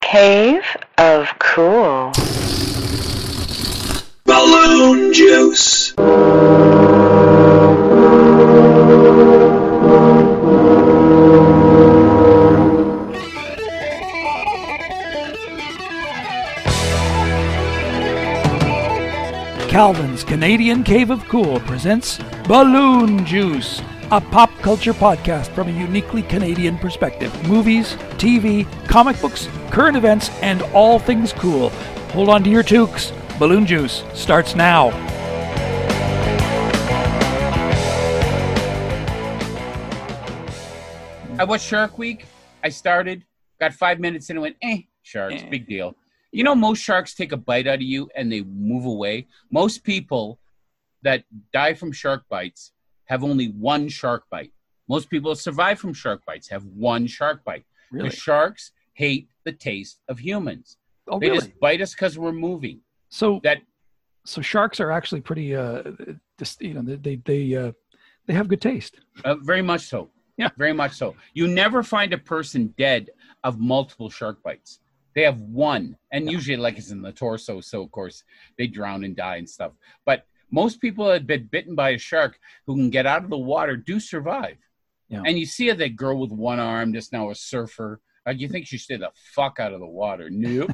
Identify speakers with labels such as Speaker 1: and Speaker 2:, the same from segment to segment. Speaker 1: Cave of Cool.
Speaker 2: Balloon Juice.
Speaker 3: Calvin's Canadian Cave of Cool presents Balloon Juice, a pop culture podcast from a uniquely Canadian perspective. Movies, TV, comic books, current events, and all things cool. Hold on to your toques. Balloon Juice starts now.
Speaker 4: I watched Shark Week. I started, got five minutes in, and went, eh, sharks,
Speaker 3: Eh.
Speaker 4: big deal. You know, most sharks take a bite out of you and they move away. Most people that die from shark bites have only one shark bite. Most people that survive from shark bites have one shark bite. The sharks hate the taste of humans.
Speaker 3: Oh,
Speaker 4: they
Speaker 3: really?
Speaker 4: just bite us because we're moving.
Speaker 3: So
Speaker 4: That
Speaker 3: so sharks are actually pretty uh just you know they they they, uh, they have good taste.
Speaker 4: uh, very much so.
Speaker 3: Yeah.
Speaker 4: very much so. You never find a person dead of multiple shark bites. They have one, and usually like it's in the torso, so of course they drown and die and stuff. But most people that have been bitten by a shark who can get out of the water do survive.
Speaker 3: Yeah.
Speaker 4: And you see that girl with one arm, just now a surfer. Like you think she stayed the fuck out of the water. Nope.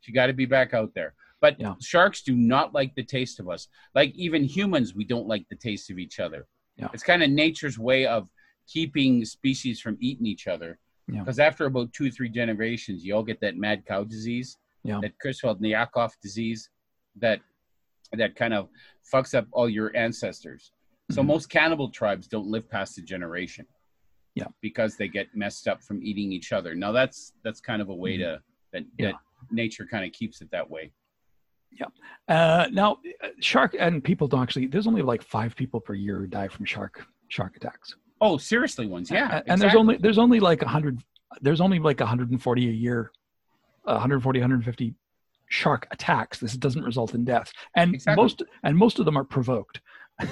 Speaker 4: she got to be back out there. But
Speaker 3: Yeah.
Speaker 4: sharks do not like the taste of us. Like even humans, we don't like the taste of each other.
Speaker 3: Yeah.
Speaker 4: It's kind of nature's way of keeping species from eating each other.
Speaker 3: Yeah.
Speaker 4: Because after about two, three generations, you all get that mad cow disease,
Speaker 3: Yeah.
Speaker 4: that Creutzfeldt-Nyakov disease, that that kind of fucks up all your ancestors. So
Speaker 3: Mhm.
Speaker 4: most cannibal tribes don't live past a generation.
Speaker 3: Yeah.
Speaker 4: Because they get messed up from eating each other. Now that's that's kind of a way to that,
Speaker 3: Mm-hmm. Yeah.
Speaker 4: that nature kind of keeps it that way.
Speaker 3: Uh, now, uh, shark and people don't actually. There's only like five people per year who die from shark shark attacks.
Speaker 4: Oh, seriously ones, yeah.
Speaker 3: A- and, there's
Speaker 4: exactly.
Speaker 3: only there's only like hundred. There's only like 140 a year, 140, 150 shark attacks. This doesn't result in deaths, and
Speaker 4: Exactly.
Speaker 3: most and most of them are provoked.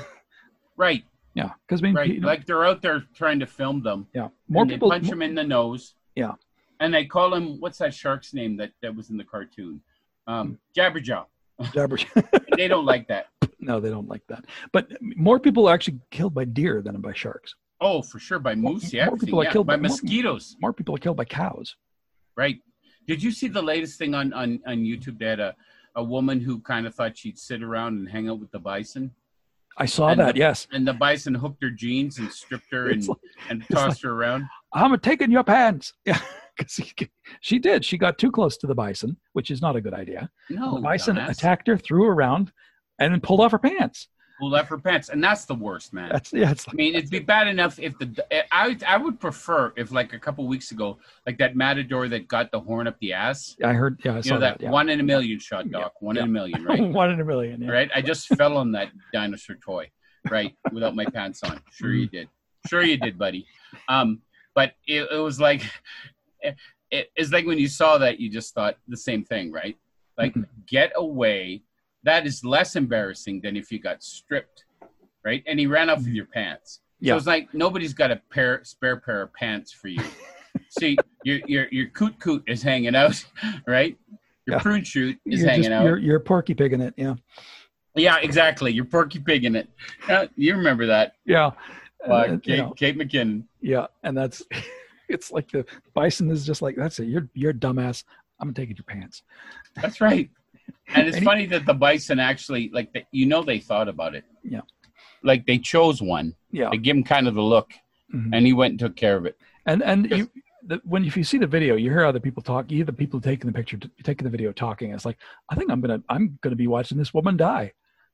Speaker 4: right,
Speaker 3: Yeah, because I mean,
Speaker 4: right.
Speaker 3: you know,
Speaker 4: Like they're out there trying to film them.
Speaker 3: yeah, more
Speaker 4: and
Speaker 3: people.
Speaker 4: they punch him in the nose.
Speaker 3: Yeah.
Speaker 4: And they call him what's that shark's name that, that was in the cartoon? Um,
Speaker 3: Hmm.
Speaker 4: Jabberjaw.
Speaker 3: Jabber-
Speaker 4: And they don't like that.
Speaker 3: no, they don't like that. But more people are actually killed by deer than by sharks.
Speaker 4: Oh, for sure by
Speaker 3: More-
Speaker 4: moose. Yeah,
Speaker 3: more
Speaker 4: I've
Speaker 3: people
Speaker 4: seen-
Speaker 3: are
Speaker 4: yeah,
Speaker 3: killed
Speaker 4: by
Speaker 3: by- more-
Speaker 4: mosquitoes.
Speaker 3: More people are killed by cows.
Speaker 4: Right. Did you see the latest thing on on on YouTube? They had a a woman who kind of thought she'd sit around and hang out with the bison,
Speaker 3: I saw
Speaker 4: And-
Speaker 3: that. Yes,
Speaker 4: and the bison hooked her jeans and stripped her and
Speaker 3: It's like-
Speaker 4: and
Speaker 3: like-
Speaker 4: tossed her around.
Speaker 3: I'm taking your pants. Yeah, because she did. She got too close to the bison, which is not a good idea.
Speaker 4: No,
Speaker 3: the bison
Speaker 4: Oh, dumbass.
Speaker 3: attacked her, threw her around, and then pulled off her pants.
Speaker 4: Pulled up her pants, and that's the worst, man.
Speaker 3: That's yeah. It's
Speaker 4: I
Speaker 3: like,
Speaker 4: mean, it'd be bad enough if the I would- I would prefer if like a couple weeks ago, like that matador that got the horn up the ass.
Speaker 3: I heard. Yeah, I
Speaker 4: You
Speaker 3: saw
Speaker 4: know that,
Speaker 3: that. yeah.
Speaker 4: one in a million shot, Doc. One in a million, right?
Speaker 3: One in a million. Yeah.
Speaker 4: right? I just fell on that dinosaur toy, right, without my pants on. Sure you did. Sure you did, buddy. Um, but it, it was like, it, it's like when you saw that, you just thought the same thing, right? Like,
Speaker 3: Mm-hmm.
Speaker 4: get away. That is less embarrassing than if you got stripped, right? And he ran off with your pants.
Speaker 3: Mm-hmm. Yeah.
Speaker 4: So it's like nobody's got a pair, spare pair of pants for you. See, your your your coot coot is hanging out, right? Your
Speaker 3: Yeah.
Speaker 4: prune shoot is
Speaker 3: You're,
Speaker 4: hanging
Speaker 3: just,
Speaker 4: out.
Speaker 3: you're, you're porky pig in it. Yeah.
Speaker 4: Yeah, exactly. You're Porky Pig in it. Uh, you remember that?
Speaker 3: Yeah. And,
Speaker 4: Uh,
Speaker 3: uh, you
Speaker 4: Kate,
Speaker 3: know,
Speaker 4: Kate McKinnon.
Speaker 3: yeah, and that's. It's like the bison is just like that's it. You're you're a dumbass. I'm taking your pants.
Speaker 4: That's right. And it's
Speaker 3: And he-
Speaker 4: funny that the bison actually, like, the, you know, they thought about it.
Speaker 3: Yeah.
Speaker 4: Like they chose one.
Speaker 3: Yeah.
Speaker 4: They give him kind of the look,
Speaker 3: Mhm.
Speaker 4: and he went and took care of it.
Speaker 3: And and
Speaker 4: Yes.
Speaker 3: you, the, when if you see the video, you hear other people talk. You hear the people taking the picture, taking the video, talking. It's like I think I'm gonna I'm gonna be watching this woman die.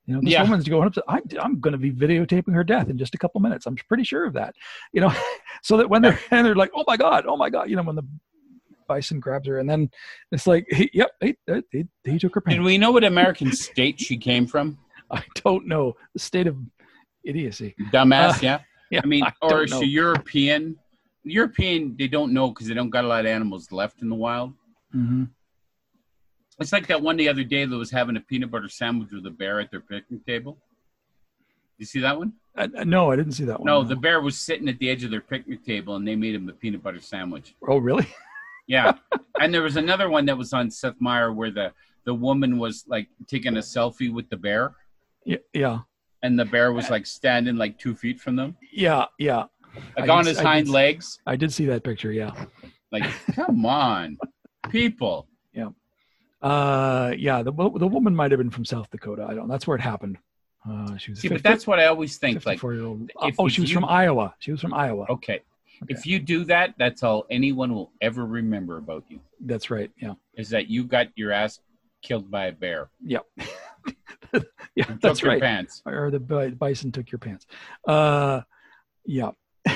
Speaker 3: You know, this
Speaker 4: Yeah.
Speaker 3: woman's going up to I'm I'm gonna be videotaping her death in just a couple minutes. I'm pretty sure of that. You know, so that when they're and they're like, oh my god, oh my god, you know, when the bison grabs her, and then it's like, he, yep, he, he, he took her
Speaker 4: Did
Speaker 3: pants.
Speaker 4: we know what American state she came from?
Speaker 3: I don't know the state of idiocy.
Speaker 4: Dumbass, yeah.
Speaker 3: Yeah,
Speaker 4: I mean,
Speaker 3: Uh, don't
Speaker 4: or is
Speaker 3: know.
Speaker 4: she European? European, they don't know because they don't got a lot of animals left in the wild.
Speaker 3: Mhm.
Speaker 4: It's like that one the other day that was having a peanut butter sandwich with a bear at their picnic table. You see that one?
Speaker 3: Uh, uh, no, I didn't see that one.
Speaker 4: No, the bear was sitting at the edge of their picnic table, and they made him a peanut butter sandwich.
Speaker 3: oh really?
Speaker 4: Yeah, and there was another one that was on Seth Meyer where the the woman was like taking a selfie with the bear,
Speaker 3: Yeah, yeah,
Speaker 4: and the bear was like standing like two feet from them,
Speaker 3: yeah, yeah.
Speaker 4: like
Speaker 3: I
Speaker 4: on
Speaker 3: did-
Speaker 4: his
Speaker 3: I did
Speaker 4: hind
Speaker 3: see-
Speaker 4: legs.
Speaker 3: I did see that picture. Yeah,
Speaker 4: Like, come on, people.
Speaker 3: uh, yeah. The wo- the woman might have been from South Dakota. I don't. That's where it happened. Uh, she was.
Speaker 4: See, but that's what I always think. Like,
Speaker 3: Fifty-four year old. Oh,
Speaker 4: if-
Speaker 3: oh,
Speaker 4: if
Speaker 3: she was
Speaker 4: you- Oh.
Speaker 3: from Iowa. She was from Iowa.
Speaker 4: okay, if you do that, that's all anyone will ever remember about you
Speaker 3: That's right. Yeah.
Speaker 4: is that you got your ass killed by a bear.
Speaker 3: Yeah.
Speaker 4: Took
Speaker 3: That's
Speaker 4: your
Speaker 3: right.
Speaker 4: Pants.
Speaker 3: Or the bi- bison took your pants. Uh, yeah.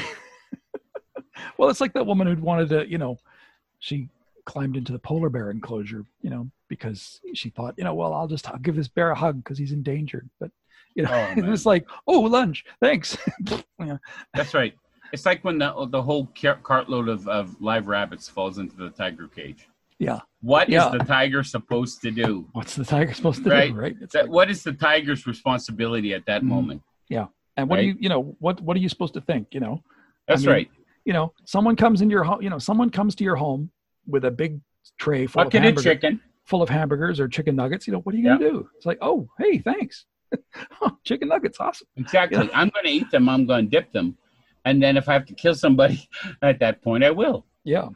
Speaker 3: well, it's like that woman who'd wanted to, you know, she climbed into the polar bear enclosure, you know, because she thought, you know, well, I'll just I'll give this bear a hug because he's endangered. But you know,
Speaker 4: Oh,
Speaker 3: it
Speaker 4: man.
Speaker 3: was like, oh, lunch, thanks. yeah.
Speaker 4: That's right. It's like when the the whole car- cartload of, of live rabbits falls into the tiger cage.
Speaker 3: Yeah.
Speaker 4: What is
Speaker 3: Yeah.
Speaker 4: the tiger supposed to do?
Speaker 3: What's the tiger supposed to
Speaker 4: Right.
Speaker 3: do, right? It's
Speaker 4: That,
Speaker 3: like-
Speaker 4: what is the tiger's responsibility at that
Speaker 3: Mm.
Speaker 4: moment?
Speaker 3: and what do
Speaker 4: right.
Speaker 3: you, you know, what what are you supposed to think, you know?
Speaker 4: That's
Speaker 3: I mean,
Speaker 4: right.
Speaker 3: you know, someone comes into your home, you know, someone comes to your home with a big tray full of,
Speaker 4: Bucket of
Speaker 3: hamburger,
Speaker 4: chicken.
Speaker 3: full of hamburgers or chicken nuggets. You know, what are you going to do? It's like, oh, hey, thanks. Oh, chicken nuggets, awesome.
Speaker 4: Exactly. I'm going to eat them. I'm going to dip them. And then if I have to kill somebody at that point, I will.
Speaker 3: Yeah.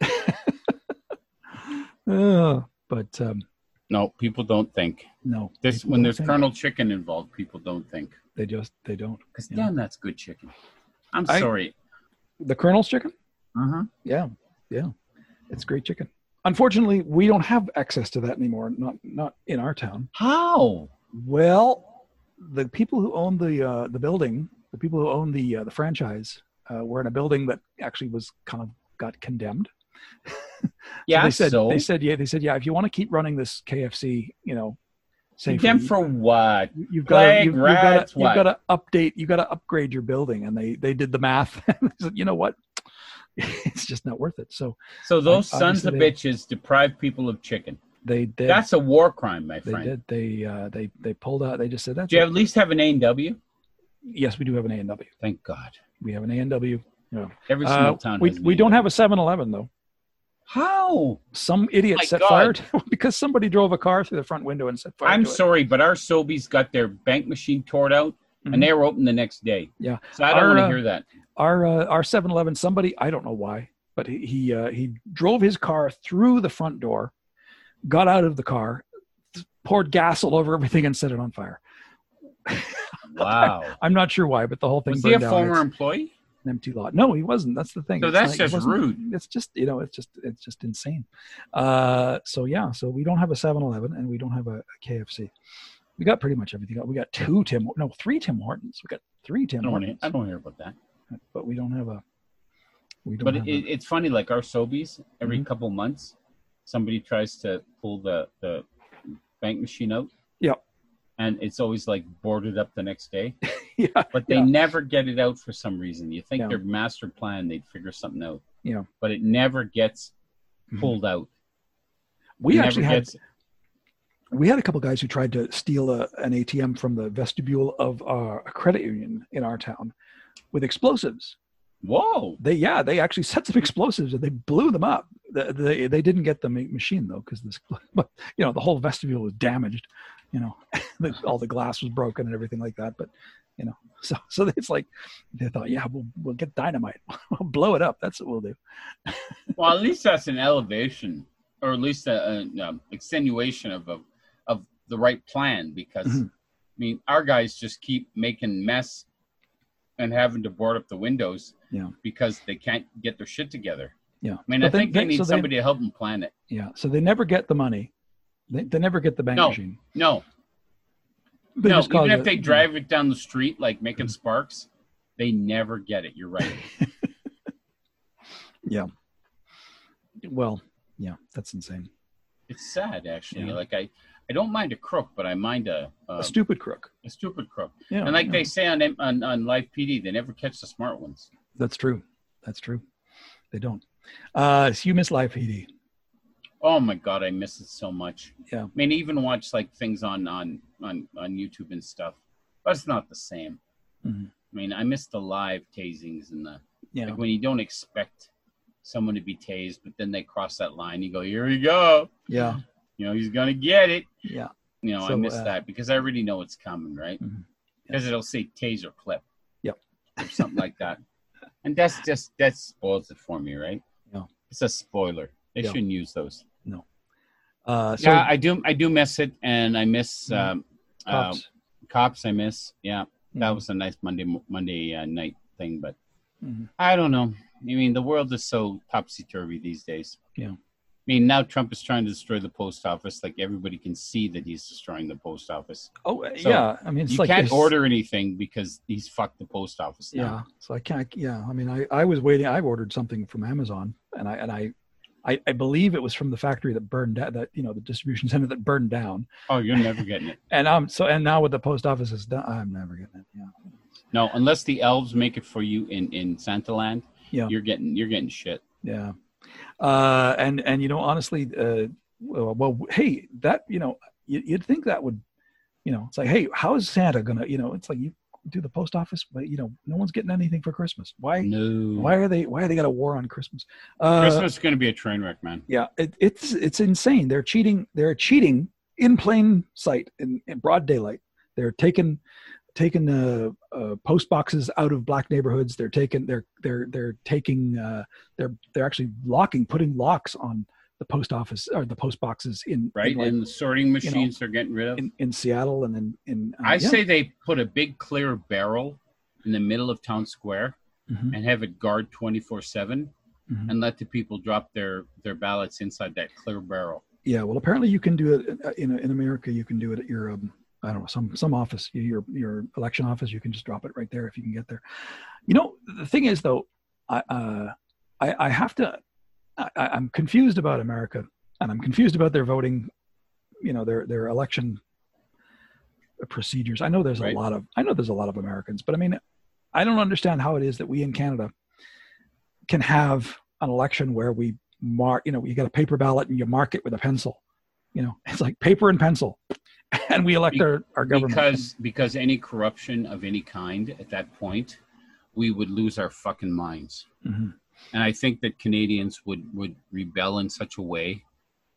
Speaker 3: Uh, but um,
Speaker 4: No, people don't think.
Speaker 3: no,
Speaker 4: This
Speaker 3: people
Speaker 4: when
Speaker 3: don't
Speaker 4: there's
Speaker 3: think.
Speaker 4: Colonel Chicken involved, people don't think.
Speaker 3: they just they don't.
Speaker 4: Because
Speaker 3: Yeah.
Speaker 4: damn, that's good chicken. I'm
Speaker 3: I-
Speaker 4: sorry.
Speaker 3: The Colonel's chicken.
Speaker 4: Uh-huh.
Speaker 3: Yeah, yeah, it's great chicken. Unfortunately, we don't have access to that anymore. Not not in our town.
Speaker 4: How?
Speaker 3: Well, the people who own the uh, the building, the people who own the uh, the franchise, uh, were in a building that actually was kind of got condemned.
Speaker 4: Yeah.
Speaker 3: they said
Speaker 4: so
Speaker 3: they said yeah they said yeah if you want to keep running this KFC, you know, safely,
Speaker 4: condemned for what?
Speaker 3: you- you've got
Speaker 4: plague,
Speaker 3: you've, you've got
Speaker 4: rats,
Speaker 3: you've
Speaker 4: what?
Speaker 3: got to update you've got to upgrade your building, and they they did the math. and they said, you know what, it's just not worth it. So
Speaker 4: So those
Speaker 3: Ob-
Speaker 4: sons of
Speaker 3: obviously they-
Speaker 4: bitches deprive people of chicken.
Speaker 3: they did.
Speaker 4: That's a war crime, my
Speaker 3: they
Speaker 4: friend.
Speaker 3: did. They uh, they they pulled out. They just said that's
Speaker 4: Do you
Speaker 3: it.
Speaker 4: at least have an A and W?
Speaker 3: yes, we do have an A and W.
Speaker 4: Thank God.
Speaker 3: We have an A and W.
Speaker 4: Every
Speaker 3: Uh,
Speaker 4: small town.
Speaker 3: we,
Speaker 4: has an
Speaker 3: we don't
Speaker 4: A&W.
Speaker 3: have a 7-Eleven though.
Speaker 4: How?
Speaker 3: Some idiot
Speaker 4: My
Speaker 3: set
Speaker 4: God.
Speaker 3: fire to, because somebody drove a car through the front window and set fire.
Speaker 4: I'm
Speaker 3: to it.
Speaker 4: sorry, but our Sobies got their bank machine torn out,
Speaker 3: Mhm.
Speaker 4: and they were open the next day.
Speaker 3: Yeah.
Speaker 4: So I don't
Speaker 3: Our,
Speaker 4: want to
Speaker 3: uh,
Speaker 4: hear that.
Speaker 3: Our uh, our 7-Eleven somebody I don't know why, but he he, uh, he drove his car through the front door, got out of the car, th- poured gas all over everything and set it on fire.
Speaker 4: Wow.
Speaker 3: I'm not sure why, but the whole thing
Speaker 4: Was he
Speaker 3: burned
Speaker 4: a
Speaker 3: down.
Speaker 4: former
Speaker 3: It's
Speaker 4: employee?
Speaker 3: an empty lot. No, he wasn't. That's the thing.
Speaker 4: So
Speaker 3: It's
Speaker 4: that's
Speaker 3: it
Speaker 4: just
Speaker 3: wasn't-
Speaker 4: rude.
Speaker 3: It's just you know it's just it's just insane. Uh, so yeah, so we don't have a 7-Eleven and we don't have a, a KFC. We got pretty much everything. We got two Tim, no, three Tim Hortons. We got three
Speaker 4: I
Speaker 3: Tim
Speaker 4: don't want to.
Speaker 3: Hortons,
Speaker 4: I don't wanna hear about that.
Speaker 3: but we don't have a. We don't.
Speaker 4: But
Speaker 3: have
Speaker 4: it,
Speaker 3: a- Mm-hmm.
Speaker 4: it's funny. Like our Sobies, every couple months, somebody tries to pull the the bank machine out.
Speaker 3: Yep.
Speaker 4: And it's always like boarded up the next day.
Speaker 3: yeah,
Speaker 4: but they
Speaker 3: Yeah.
Speaker 4: never get it out for some reason. You think
Speaker 3: Yeah.
Speaker 4: their master plan, they'd figure something out.
Speaker 3: Yeah.
Speaker 4: But it never gets
Speaker 3: Mhm.
Speaker 4: pulled out.
Speaker 3: we
Speaker 4: It never
Speaker 3: actually had
Speaker 4: gets-
Speaker 3: we had a couple guys who tried to steal a, an ATM from the vestibule of our, a credit union in our town with explosives.
Speaker 4: Whoa.
Speaker 3: They yeah, they actually set some explosives and they blew them up. The- They they didn't get the ma- machine though because this but you know the whole vestibule was damaged. You know, the, all the glass was broken and everything like that. But you know, so so it's like they thought, yeah, we'll we'll get dynamite, we'll blow it up. That's what we'll do.
Speaker 4: Well, at least that's an elevation, or at least a- an um, extenuation of a, of the right plan. Because
Speaker 3: Mhm.
Speaker 4: I mean, our guys just keep making mess and having to board up the windows.
Speaker 3: Yeah.
Speaker 4: Because they can't get their shit together.
Speaker 3: Yeah,
Speaker 4: I mean,
Speaker 3: But
Speaker 4: I think they, need
Speaker 3: so
Speaker 4: somebody to help them plan it.
Speaker 3: Yeah, so they never get the money. They, they never get the bank
Speaker 4: No.
Speaker 3: machine.
Speaker 4: No,
Speaker 3: They
Speaker 4: no,
Speaker 3: just call Mm-hmm.
Speaker 4: even
Speaker 3: you-
Speaker 4: if they drive it down the street like making sparks, they never get it. You're right.
Speaker 3: Well, yeah, that's insane.
Speaker 4: It's sad, actually.
Speaker 3: Yeah.
Speaker 4: Like I, I don't mind a crook, but I mind a um,
Speaker 3: a
Speaker 4: a,
Speaker 3: stupid crook.
Speaker 4: stupid crook.
Speaker 3: Yeah,
Speaker 4: and like
Speaker 3: yeah.
Speaker 4: they say on, M- on on live PD, they never catch the smart ones.
Speaker 3: that's true. That's true. They don't. Uh, so you miss live PD.
Speaker 4: Oh my god, I miss it so much.
Speaker 3: Yeah.
Speaker 4: I mean, even watch like things on on on on YouTube and stuff. But it's not the same.
Speaker 3: Mhm.
Speaker 4: I mean, I miss the live tasings and the
Speaker 3: Yeah,
Speaker 4: like when you don't expect someone to be tased, but then they cross that line. You go, here we go.
Speaker 3: Yeah.
Speaker 4: You know, he's gonna get it.
Speaker 3: Yeah.
Speaker 4: You know, I
Speaker 3: So,
Speaker 4: miss
Speaker 3: uh,
Speaker 4: that because I already know it's coming, right? Because
Speaker 3: Mhm.
Speaker 4: it'll say taser clip.
Speaker 3: Yep.
Speaker 4: Or something like that. And that's just that spoils it for me, right?
Speaker 3: Yeah.
Speaker 4: It's a spoiler. They
Speaker 3: Yeah.
Speaker 4: shouldn't use those.
Speaker 3: Uh, so
Speaker 4: yeah, I do. I do miss it, and I miss
Speaker 3: Mhm.
Speaker 4: um,
Speaker 3: cops.
Speaker 4: Uh, cops. I miss. Yeah, that
Speaker 3: Mhm.
Speaker 4: was a nice Monday mo- Monday uh, night thing, but
Speaker 3: Mhm.
Speaker 4: I don't know. I mean, the world is so topsy turvy these days.
Speaker 3: Yeah.
Speaker 4: I mean, now Trump is trying to destroy the post office. Like everybody can see that he's destroying the post office.
Speaker 3: Oh
Speaker 4: So,
Speaker 3: yeah, I mean it's
Speaker 4: you
Speaker 3: like
Speaker 4: can't
Speaker 3: this-
Speaker 4: order anything because he's fucked the post office.
Speaker 3: Yeah,
Speaker 4: Now.
Speaker 3: so I can't. Yeah, I mean I I was waiting. I ordered something from Amazon, and I and I. I, I believe it was from the factory that burned down, that you know the distribution center that burned down,
Speaker 4: Oh, you're never getting it.
Speaker 3: and um so and now with the post office is done, I'm never getting it. Yeah,
Speaker 4: No, unless the elves make it for you in in Santa Land.
Speaker 3: Yeah.
Speaker 4: You're getting you're getting shit.
Speaker 3: Yeah. Uh, and, and, you know, honestly, uh, well, well, hey, that, you know, you, you'd think that would, you know, it's like, hey, how is Santa going to, you know, it's like you do the post office, but, you know, no one's getting anything for Christmas. Why?
Speaker 4: No.
Speaker 3: Why are they? Why are they got a war on Christmas? Uh,
Speaker 4: Christmas is going to be a train wreck, man.
Speaker 3: Yeah, it, it's it's insane. They're cheating. They're cheating in plain sight, in, in broad daylight. They're taking taking uh, uh, post boxes out of black neighborhoods. They're taking they're they're they're taking uh, they're they're actually locking, putting locks on the post office or the post boxes in
Speaker 4: Right?
Speaker 3: in, like,
Speaker 4: and the sorting
Speaker 3: know,
Speaker 4: machines they're getting rid of.
Speaker 3: in, in Seattle and then in, uh,
Speaker 4: I
Speaker 3: yeah.
Speaker 4: say they put a big clear barrel in the middle of town square
Speaker 3: Mhm,
Speaker 4: and have it guard 24/7
Speaker 3: mhm.
Speaker 4: and let the people drop their their ballots inside that clear barrel.
Speaker 3: yeah. Well, apparently you can do it uh, in in America. You can do it at your um, I don't know some some office your your election office. You can just drop it right there if you can get there. You know, the thing is though, I uh, I, I have to. I, I- I'm confused about America, and I'm confused about their voting. You know, their their election procedures. I know there's
Speaker 4: Right.
Speaker 3: a lot of I know there's a lot of Americans, but I mean, I don't understand how it is that we in Canada can have an election where we mark. You know, you got a paper ballot and you mark it with a pencil. You know, it's like paper and pencil, and we elect
Speaker 4: Be-
Speaker 3: our our government.
Speaker 4: Because because any corruption of any kind at that point, we would lose our fucking minds.
Speaker 3: Mhm.
Speaker 4: And I think that Canadians would would rebel in such a way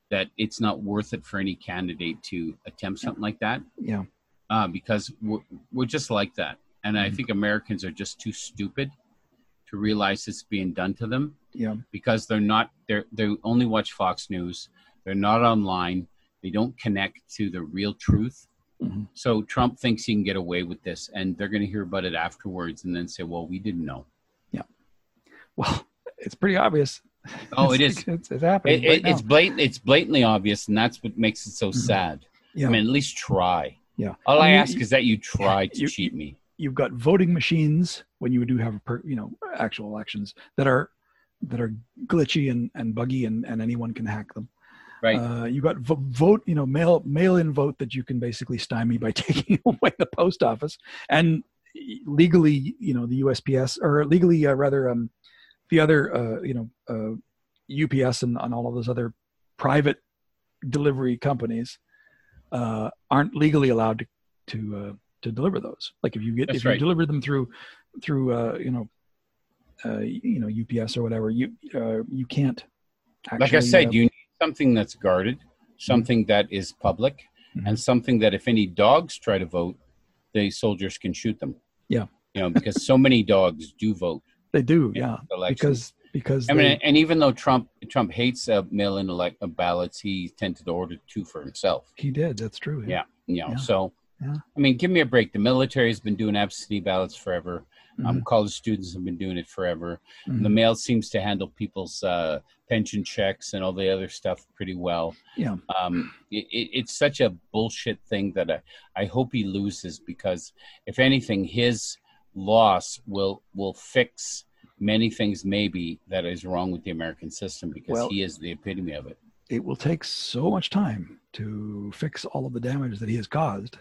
Speaker 4: that it's not worth it for any candidate to attempt something like that.
Speaker 3: yeah,
Speaker 4: uh, because we're, we're just like that. And I
Speaker 3: Mhm.
Speaker 4: think Americans are just too stupid to realize it's being done to them
Speaker 3: yeah,
Speaker 4: because they're not, they're, they only watch Fox News. They're not online. They don't connect to the real truth.
Speaker 3: Mhm.
Speaker 4: So Trump thinks he can get away with this and they're going to hear about it afterwards and then say, well, we didn't know.
Speaker 3: Well, it's pretty obvious.
Speaker 4: Oh, it
Speaker 3: it's,
Speaker 4: is.
Speaker 3: It's, it's happening.
Speaker 4: It, it,
Speaker 3: right Mm-hmm.
Speaker 4: it's blatant. It's blatantly obvious, and that's what makes it so sad.
Speaker 3: Yeah.
Speaker 4: I mean, at least try.
Speaker 3: Yeah.
Speaker 4: All I
Speaker 3: You-
Speaker 4: ask is that you try to
Speaker 3: you-
Speaker 4: cheat me.
Speaker 3: you've got voting machines when you do have per, you know actual elections that are that are glitchy and, and buggy and, and anyone can hack them.
Speaker 4: Right.
Speaker 3: Uh, you got vo- vote you know mail mail in vote that you can basically stymie by taking away the post office and legally you know the USPS or legally uh, rather um, the other uh, you know uh, UPS and, and all of those other private delivery companies uh, aren't legally allowed to to uh, to deliver those. Like if you get
Speaker 4: That's
Speaker 3: if
Speaker 4: right.
Speaker 3: you deliver them through through uh, you know uh, you know UPS or whatever, you uh, you can't. Actually,
Speaker 4: like I said,
Speaker 3: uh,
Speaker 4: you need something that's guarded, something that is public,
Speaker 3: Mhm.
Speaker 4: and something that if any dogs try to vote, the soldiers can shoot them.
Speaker 3: Yeah.
Speaker 4: You know, because so many dogs do vote.
Speaker 3: they do,
Speaker 4: in
Speaker 3: yeah,
Speaker 4: elections.
Speaker 3: because because
Speaker 4: I mean,
Speaker 3: they-
Speaker 4: and even though Trump Trump hates uh, mail-in elect uh, ballots, he tended to order two for himself.
Speaker 3: he did. That's true.
Speaker 4: Yeah. You know,
Speaker 3: Yeah.
Speaker 4: so
Speaker 3: Yeah.
Speaker 4: I mean, give me a break. The military's been doing absentee ballots forever. Um,
Speaker 3: Mhm.
Speaker 4: college students have been doing it forever.
Speaker 3: Mhm.
Speaker 4: The mail seems to handle people's uh, pension checks and all the other stuff pretty well.
Speaker 3: Yeah.
Speaker 4: Um, it, it, it's such a bullshit thing that I, I hope he loses because if anything, his loss will will fix many things maybe that is wrong with the American system because
Speaker 3: Well-
Speaker 4: he is the epitome of it.
Speaker 3: It will take so much time to fix all of the damage that he has caused.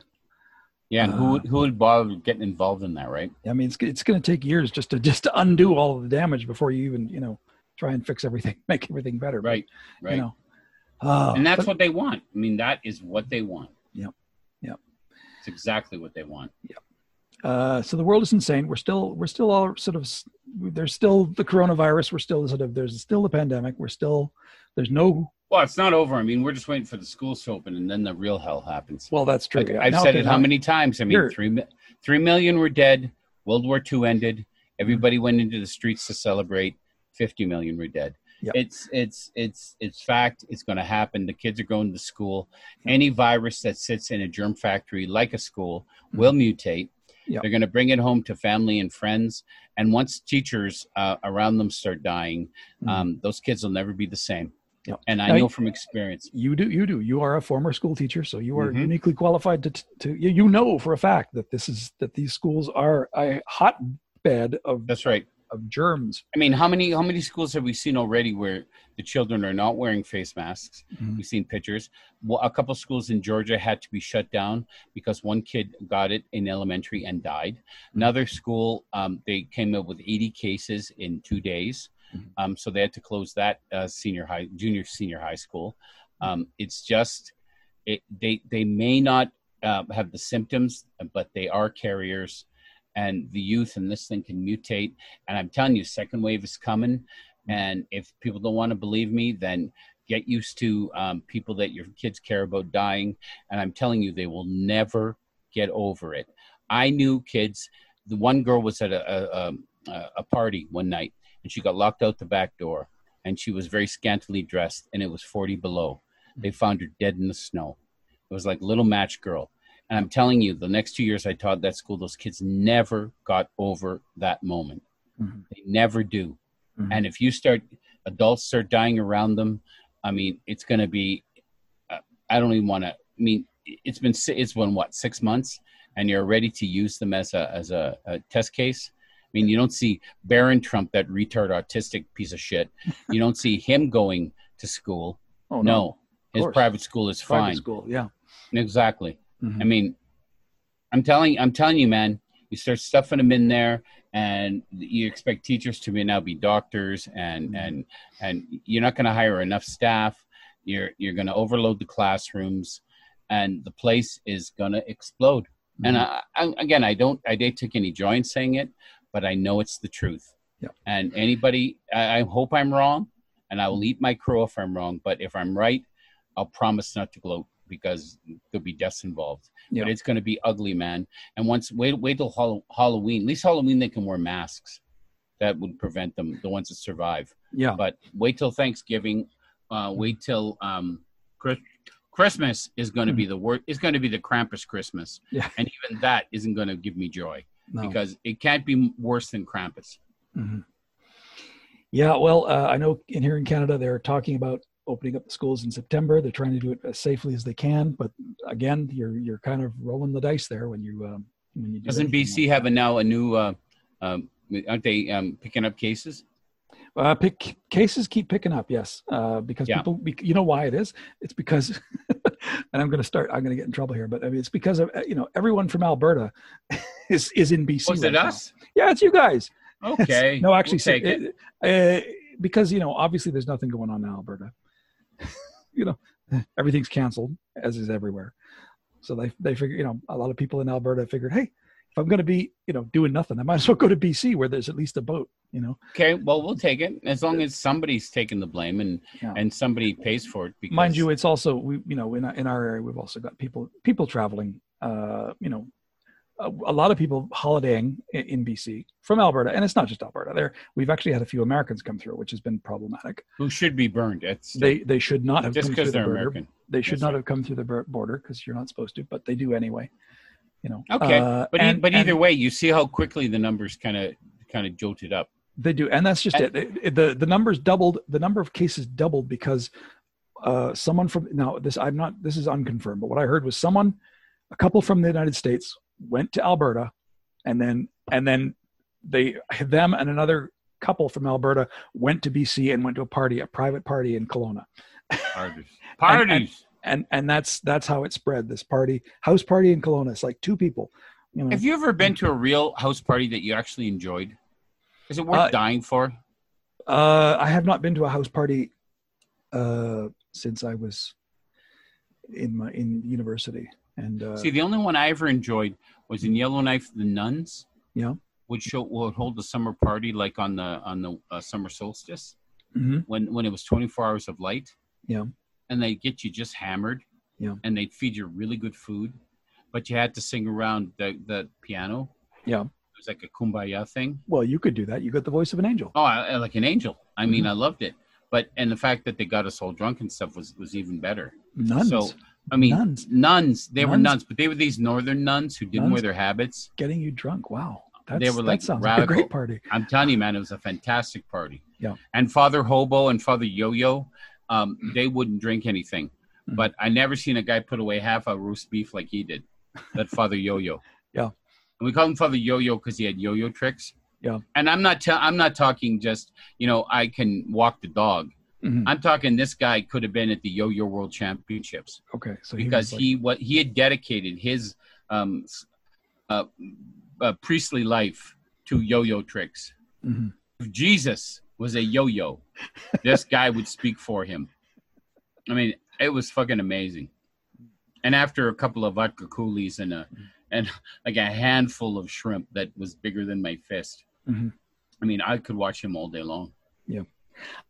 Speaker 4: Yeah, and who
Speaker 3: Uh,
Speaker 4: would who would bother getting involved in that, right?
Speaker 3: I mean, it's it's going to take years just to just to undo all of the damage before you even you know try and fix everything, make everything better. but,
Speaker 4: Right, right.
Speaker 3: You know. Uh,
Speaker 4: and that's
Speaker 3: but-
Speaker 4: what they want. I mean, that is what they want.
Speaker 3: Yep. Yep.
Speaker 4: It's exactly what they want.
Speaker 3: Uh, so the world is insane. We're still we're still all sort of s- there's still the coronavirus. We're still sort of there's still the pandemic. We're still there's no
Speaker 4: Well, it's not over. I mean, we're just waiting for the schools to open, and then the real hell happens.
Speaker 3: well that's true.
Speaker 4: Like,
Speaker 3: Yeah,
Speaker 4: I've
Speaker 3: now
Speaker 4: said
Speaker 3: okay,
Speaker 4: it how
Speaker 3: now-
Speaker 4: many times? I mean,
Speaker 3: You're-
Speaker 4: three mi- three million were dead. World War II ended. Everybody went into the streets to celebrate. Fifty million were dead.
Speaker 3: Yep.
Speaker 4: It's it's it's it's fact. It's going to happen. The kids are going to school. Any virus that sits in a germ factory like a school will mutate.
Speaker 3: Mm-hmm. Yep.
Speaker 4: They're going to bring it home to family and friends. And once teachers uh, around them start dying,
Speaker 3: Mm.
Speaker 4: um, those kids will never be the same.
Speaker 3: Yep.
Speaker 4: And I
Speaker 3: Now,
Speaker 4: know from experience.
Speaker 3: you do you do you are a former school teacher so you are
Speaker 4: Mhm.
Speaker 3: uniquely qualified to, to you you know for a fact that this is that these schools are a hotbed of,
Speaker 4: That's right.
Speaker 3: of germs
Speaker 4: I mean, how many how many schools have we seen already where the children are not wearing face masks?
Speaker 3: Mhm.
Speaker 4: We've seen pictures. Well, a couple schools in Georgia had to be shut down because one kid got it in elementary and died. Another school, um, they came up with 80 cases in two days,
Speaker 3: Mhm.
Speaker 4: um, so they had to close that uh, senior high, junior senior high school. Um, it's just it, they they may not uh, have the symptoms, but they are carriers, and the youth and this thing can mutate. And I'm telling you, second wave is coming. And if people don't want to believe me, then get used to um, people that your kids care about dying. And I'm telling you, they will never get over it. I knew kids. The one girl was at a a, a, a party one night, and she got locked out the back door. And she was very scantily dressed, and it was 40 below. They found her dead in the snow. It was like little match girl. And I'm telling you, the next two years I taught that school, those kids never got over that moment.
Speaker 3: Mhm.
Speaker 4: They never do.
Speaker 3: Mhm.
Speaker 4: And if you start, adults start dying around them, I mean, it's going to be, uh, I don't even want to, I mean, i- it's been, si- it's been what, six months? And you're ready to use them as a, as a, a test case. I mean, you don't see Barron Trump, that retard autistic piece of shit. You don't see him going to school.
Speaker 3: oh
Speaker 4: no,
Speaker 3: of
Speaker 4: his
Speaker 3: course.
Speaker 4: private school is
Speaker 3: private
Speaker 4: fine.
Speaker 3: school yeah
Speaker 4: Exactly.
Speaker 3: Mhm.
Speaker 4: I mean, I'm telling I'm telling you, man. You start stuffing them in there, and you expect teachers to be now be doctors, and
Speaker 3: Mhm.
Speaker 4: and and you're not going to hire enough staff. You're you're going to overload the classrooms, and the place is going to explode. And I,
Speaker 3: Mm-hmm.
Speaker 4: I, again, I don't I didn't take any joy in saying it, but I know it's the truth.
Speaker 3: Yeah.
Speaker 4: And anybody, I, I hope I'm wrong, and I will eat my crow if I'm wrong. But if I'm right, I'll promise not to gloat because there'll be deaths involved.
Speaker 3: Yeah.
Speaker 4: But it's going to be ugly, man. And once wait wait till Hall- Halloween. At least Halloween they can wear masks. That would prevent them, the ones that survive.
Speaker 3: yeah
Speaker 4: But wait till Thanksgiving. Uh, wait till um, Chris- Christmas is going to be the worst. It's going to be the Krampus Christmas,
Speaker 3: Yeah. Oh.
Speaker 4: and even that isn't going to give me joy
Speaker 3: no.
Speaker 4: because it can't be worse than Krampus.
Speaker 3: Mhm. Yeah, well, uh, I know in here in Canada they're talking about opening up the schools in September. They're trying to do it as safely as they can, but again, you're you're kind of rolling the dice there when you um, when you do
Speaker 4: Doesn't
Speaker 3: anything
Speaker 4: BC have a, now a new? Uh, um, aren't they um, picking up cases?
Speaker 3: like- uh, pick cases keep picking up? Yes, uh, because
Speaker 4: Yeah.
Speaker 3: people bec- you know why it is. It's because, and I'm going to start. I'm going to get in trouble here, but I mean it's because of uh, you know everyone from Alberta is is in BC.
Speaker 4: Was it
Speaker 3: right now.
Speaker 4: us?
Speaker 3: Yeah, it's you guys.
Speaker 4: Okay.
Speaker 3: no, actually,
Speaker 4: we'll
Speaker 3: so-
Speaker 4: take it.
Speaker 3: it- uh, because you know, obviously, there's nothing going on in Alberta. you know, everything's canceled, as is everywhere. So they they figure, you know, a lot of people in Alberta figured, hey, if I'm going to be, you know, doing nothing, I might as well go to BC where there's at least a boat. You know,
Speaker 4: Okay. Well, we'll take it as long as somebody's taking the blame and
Speaker 3: Yeah.
Speaker 4: and somebody pays for it. Because,
Speaker 3: mind you, it's also we, you know, in our- in our area, we've also got people people traveling. Uh, you know. A, a lot of people holidaying in, in BC from Alberta, and it's not just Alberta. There, we've actually had a few Americans come through, which has been problematic.
Speaker 4: who should be burned? It's
Speaker 3: They they should not have
Speaker 4: just
Speaker 3: come through
Speaker 4: because
Speaker 3: the
Speaker 4: they're
Speaker 3: border.
Speaker 4: American.
Speaker 3: they should
Speaker 4: That's
Speaker 3: not
Speaker 4: right.
Speaker 3: have come through the bor- border because you're not supposed to, but they do anyway. You know.
Speaker 4: Okay,
Speaker 3: uh,
Speaker 4: But,
Speaker 3: and-
Speaker 4: e- but either
Speaker 3: and
Speaker 4: way, you see how quickly the numbers kind of kind of jolted up.
Speaker 3: they do, and that's just
Speaker 4: and-
Speaker 3: it. It- it- the The numbers doubled. The number of cases doubled because uh, someone from now this I'm not this is unconfirmed, but what I heard was someone, a couple from the United States went to Alberta, and then and then they them and another couple from Alberta went to BC and went to a party, a private party in Kelowna.
Speaker 4: Parties.
Speaker 3: And- and-
Speaker 4: Parties.
Speaker 3: and and that's that's how it spread this party house party in Kelowna. It's like two people you know
Speaker 4: Have you ever been to a real house party that you actually enjoyed? Is it
Speaker 3: Uh,
Speaker 4: worth dying for?
Speaker 3: uh i have not been to a house party uh since i was in my in university And uh,
Speaker 4: See, the only one I ever enjoyed was in Yellowknife. The nuns
Speaker 3: yeah,
Speaker 4: would show would hold the summer party like on the on the uh, summer solstice
Speaker 3: hmm
Speaker 4: when when it was 24 hours of light.
Speaker 3: Yeah.
Speaker 4: And they'd get you just hammered.
Speaker 3: Yeah.
Speaker 4: And they'd feed you really good food, but you had to sing around the the piano.
Speaker 3: Yeah.
Speaker 4: It was like a kumbaya thing.
Speaker 3: well, you could do that. You got the voice of an angel.
Speaker 4: Oh, I, I- like an angel. I
Speaker 3: Mm-hmm.
Speaker 4: mean, I loved it. But and the fact that they got us all drunk and stuff was was even better.
Speaker 3: Nuns,
Speaker 4: So I mean,
Speaker 3: nuns,
Speaker 4: nuns. They were
Speaker 3: Nuns?
Speaker 4: nuns, but they were these northern nuns who didn't
Speaker 3: Nuns?
Speaker 4: wear their habits.
Speaker 3: getting you drunk. Wow, that's,
Speaker 4: were,
Speaker 3: that
Speaker 4: like,
Speaker 3: sounds like a
Speaker 4: radical.
Speaker 3: great party.
Speaker 4: I'm telling you, man, it was a fantastic party.
Speaker 3: Yeah. Mm-hmm.
Speaker 4: And Father Hobo and Father Yo-Yo, um, they wouldn't drink anything.
Speaker 3: Mhm.
Speaker 4: But I never seen a guy put away half a roast beef like he did. That Father Yo-Yo.
Speaker 3: Yeah.
Speaker 4: And we call him Father Yo-Yo because he had yo-yo tricks.
Speaker 3: Yeah.
Speaker 4: And I'm not tell I'm not talking just you know I can walk the dog.
Speaker 3: Mhm.
Speaker 4: I'm talking this guy could have been at the Yo-Yo World Championships
Speaker 3: Okay, so
Speaker 4: because
Speaker 3: was like-
Speaker 4: he what he had dedicated his um, s- uh, uh, priestly life to yo-yo tricks.
Speaker 3: Mhm.
Speaker 4: If Jesus was a yo-yo, this guy would speak for him. I mean, it was fucking amazing. And after a couple of vodka coolies and a and like a handful of shrimp that was bigger than my fist,
Speaker 3: Mhm.
Speaker 4: I mean, I could watch him all day long.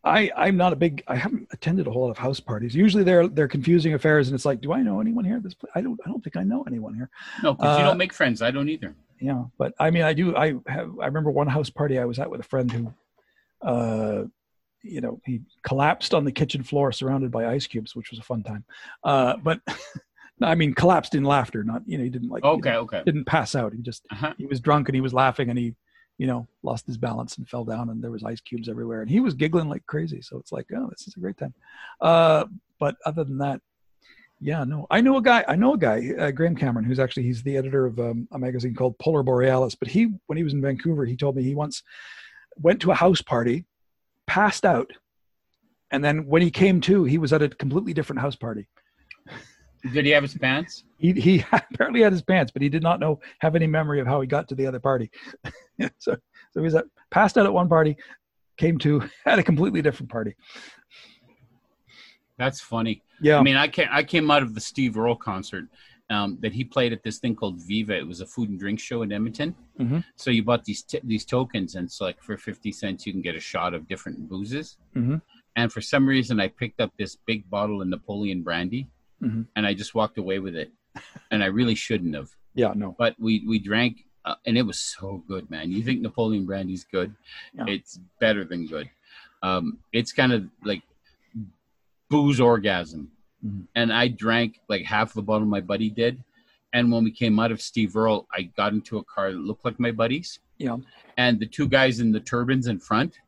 Speaker 3: I I'm not a big. I haven't attended a whole lot of house parties. Usually they're they're confusing affairs, and it's like, do I know anyone here? at This place? I don't. I don't think I know anyone here.
Speaker 4: No, because you
Speaker 3: Uh,
Speaker 4: don't make friends. I don't either.
Speaker 3: yeah but i mean i do i have i remember one house party i was at with a friend who uh you know he collapsed on the kitchen floor surrounded by ice cubes which was a fun time uh but i mean collapsed in laughter not you know he didn't like he
Speaker 4: Okay, okay.
Speaker 3: didn't pass out he just
Speaker 4: Uh-huh.
Speaker 3: he was drunk and he was laughing and he you know lost his balance and fell down and there was ice cubes everywhere and he was giggling like crazy so it's like oh this is a great time uh but other than that yeah no i know a guy i know a guy uh, graham cameron who's actually he's the editor of um, a magazine called polar borealis but he when he was in vancouver he told me he once went to a house party passed out and then when he came to he was at a completely different house party
Speaker 4: Did he have his pants?
Speaker 3: he, he apparently had his pants, but he did not know have any memory of how he got to the other party. so so he was at, passed out at one party, came to at a completely different party.
Speaker 4: That's funny.
Speaker 3: Yeah,
Speaker 4: I mean, I came, I came out of the Steve Earle concert um, that he played at this thing called Viva. It was a food and drink show in Edmonton.
Speaker 3: Mhm.
Speaker 4: So you bought these t- these tokens, and it's like for fifty cents you can get a shot of different boozes.
Speaker 3: Mhm.
Speaker 4: And for some reason, I picked up this big bottle of Napoleon brandy,
Speaker 3: Mhm.
Speaker 4: and I just walked away with it. and I really shouldn't have.
Speaker 3: yeah, no,
Speaker 4: But we we drank, uh, and it was so good, man. You think Napoleon brandy's good?
Speaker 3: Yeah.
Speaker 4: It's better than good. Um, it's kind of like booze orgasm.
Speaker 3: Mhm.
Speaker 4: And I drank like half the bottle my buddy did. And when we came out of Steve Earle, I got into a car that looked like my buddy's.
Speaker 3: Yeah.
Speaker 4: And the two guys in the turbans in front,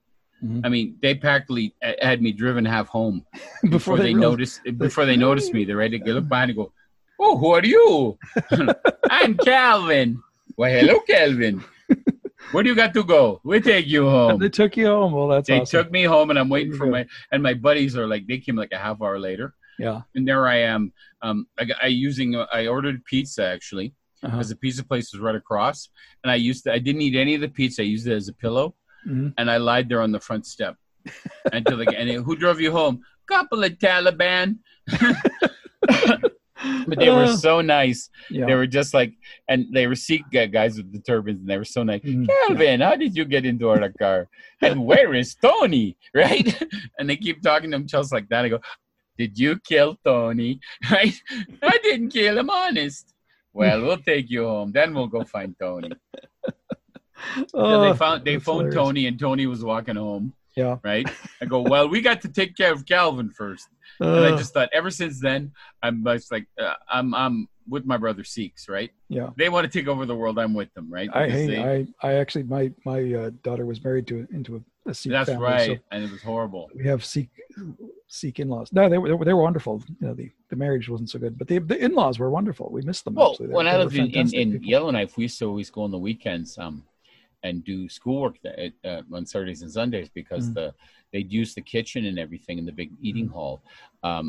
Speaker 3: Mhm.
Speaker 4: I mean, they practically uh, had me driven half home
Speaker 3: before,
Speaker 4: before they,
Speaker 3: realized-
Speaker 4: notice before they notice me. They're ready to look behind and go, "Oh, who are you?" I'm Calvin. Well, hello, Calvin. Where do you got to go? We take you
Speaker 3: and they
Speaker 4: home.
Speaker 3: took you home. Well, that's
Speaker 4: They
Speaker 3: awesome.
Speaker 4: took me home, and I'm waiting
Speaker 3: There
Speaker 4: for
Speaker 3: you
Speaker 4: my and my buddies are like they came like a half hour later,
Speaker 3: yeah,
Speaker 4: and there I am. Um, I, got- I using uh, I ordered pizza actually
Speaker 3: uh-huh.
Speaker 4: because the pizza place was right across, and I used to, I didn't eat any of the pizza. I used it as a pillow,
Speaker 3: Mhm.
Speaker 4: and I lied there on the front step. Until the, and who drove you home? Couple of Taliban. But they were
Speaker 3: Uh,
Speaker 4: so nice.
Speaker 3: yeah.
Speaker 4: They were just like, and they were Sikh gu- guys with the turbans, and they were so nice.
Speaker 3: Mhm.
Speaker 4: Calvin, how did you get into our car? And where is Tony? Right? And they keep talking to themselves like that. I go, Did you kill Tony? Right? I didn't kill him, honest. Well, we'll take you home. Then we'll go find Tony. Then
Speaker 3: Oh,
Speaker 4: they found they
Speaker 3: that's
Speaker 4: phoned
Speaker 3: hilarious.
Speaker 4: Tony, and Tony was walking home.
Speaker 3: Yeah.
Speaker 4: Right. I go. Well, we got to take care of Calvin first and I
Speaker 3: Uh,
Speaker 4: just thought ever since then I'm just like uh, I'm I'm with my brother Sikhs, right?
Speaker 3: Yeah.
Speaker 4: They want to take over the world. I'm with them, right?
Speaker 3: I
Speaker 4: Because
Speaker 3: hate.
Speaker 4: they-
Speaker 3: I I actually my my uh, daughter was married to into a, a Sikh
Speaker 4: that's
Speaker 3: family, so
Speaker 4: right, and it was horrible.
Speaker 3: we have Sikh Sikh in-laws. No, they were they were, they were wonderful. You know, the, the marriage wasn't so good, but the the in-laws were wonderful. We missed them.
Speaker 4: Well,
Speaker 3: actually. They-
Speaker 4: when
Speaker 3: they
Speaker 4: I
Speaker 3: were
Speaker 4: lived in, in,
Speaker 3: fantastic
Speaker 4: in
Speaker 3: people.
Speaker 4: Yellowknife, we used to always go on the weekends um, and do schoolwork that, uh, on Saturdays and Sundays because
Speaker 3: Mm.
Speaker 4: the they'd use the kitchen and everything in the big eating hall um,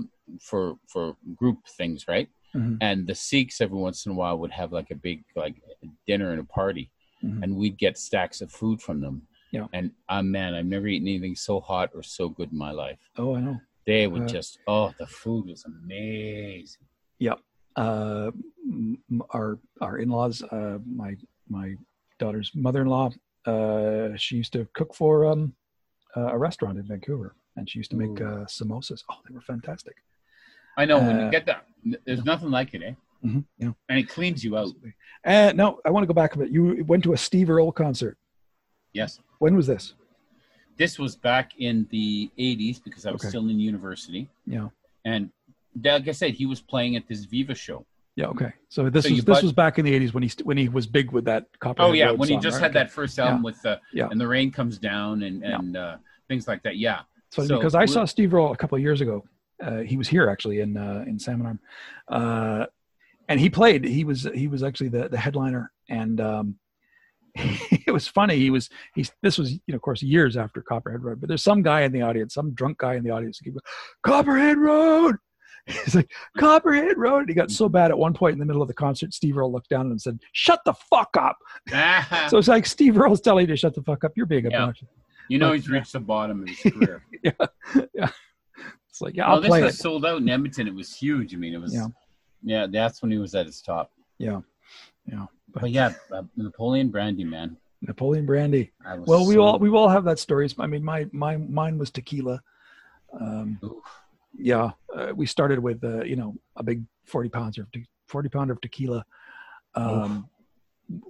Speaker 4: for for group things, right?
Speaker 3: Mhm.
Speaker 4: And the Sikhs every once in a while would have like a big like dinner and a party,
Speaker 3: Mhm.
Speaker 4: and we'd get stacks of food from them.
Speaker 3: Yeah.
Speaker 4: And uh, man, I've never eaten anything so hot or so good in my life.
Speaker 3: oh, I know.
Speaker 4: They would
Speaker 3: Uh,
Speaker 4: just oh, the food was amazing.
Speaker 3: Yep. uh, m- our our in-laws, uh, my my daughter's mother-in-law, uh, she used to cook for um, uh, a restaurant in Vancouver, and she used to make
Speaker 4: Ooh.
Speaker 3: uh, samosas. Oh, they were fantastic.
Speaker 4: I know when
Speaker 3: Uh,
Speaker 4: you get that, there's nothing like it, eh?
Speaker 3: Mhm, yeah.
Speaker 4: And it cleans you out.
Speaker 3: Absolutely. Uh, no, I want to go back a bit. You went to a Steve Earle concert.
Speaker 4: Yes.
Speaker 3: When was this?
Speaker 4: This was back in the 80s because I was
Speaker 3: Okay.
Speaker 4: still in university.
Speaker 3: Yeah.
Speaker 4: And like I said, he was playing at this Viva show.
Speaker 3: Yeah. Okay. So this was
Speaker 4: Mm-hmm. So you
Speaker 3: this
Speaker 4: bought-
Speaker 3: was back in the '80s when he st- when he was big with that.
Speaker 4: Oh
Speaker 3: Copperhead
Speaker 4: yeah,
Speaker 3: Road
Speaker 4: when he
Speaker 3: song,
Speaker 4: just
Speaker 3: right?
Speaker 4: had that first album with the
Speaker 3: Yeah.
Speaker 4: and the rain comes down and
Speaker 3: Yeah.
Speaker 4: and uh, things like that. Yeah,
Speaker 3: So,
Speaker 4: So
Speaker 3: because I
Speaker 4: we-
Speaker 3: saw Steve Earle a couple of years ago, uh, he was here actually in uh, in Salmon Arm, uh, and he played. He was he was actually the the headliner, and um, it was funny. He was he's this was you know of course years after Copperhead Road, but there's some guy in the audience, some drunk guy in the audience, who kept going, Copperhead Road. He's like Copperhead Road. He got so bad at one point in the middle of the concert, Steve Earle looked down at him and said, "Shut the fuck up." So it's like Steve Earle's telling you to shut the fuck up. You're being
Speaker 4: Yeah.
Speaker 3: obnoxious.
Speaker 4: you
Speaker 3: uh,
Speaker 4: know he's reached the bottom of his career.
Speaker 3: It's like yeah, I'll
Speaker 4: oh, this
Speaker 3: play
Speaker 4: was
Speaker 3: it.
Speaker 4: sold out in Edmonton. It was huge. I mean, it was
Speaker 3: Yeah.
Speaker 4: yeah, that's when he was at his top.
Speaker 3: Yeah. Yeah.
Speaker 4: But, yeah, uh, Napoleon Brandy, man.
Speaker 3: Napoleon Brandy.
Speaker 4: I was
Speaker 3: Well, we
Speaker 4: so-
Speaker 3: all we all have that story. I mean, my my mine was tequila. Um,
Speaker 4: Oof.
Speaker 3: yeah, uh, we started with uh, you know a big forty pounds of te- forty pounder of tequila. Um,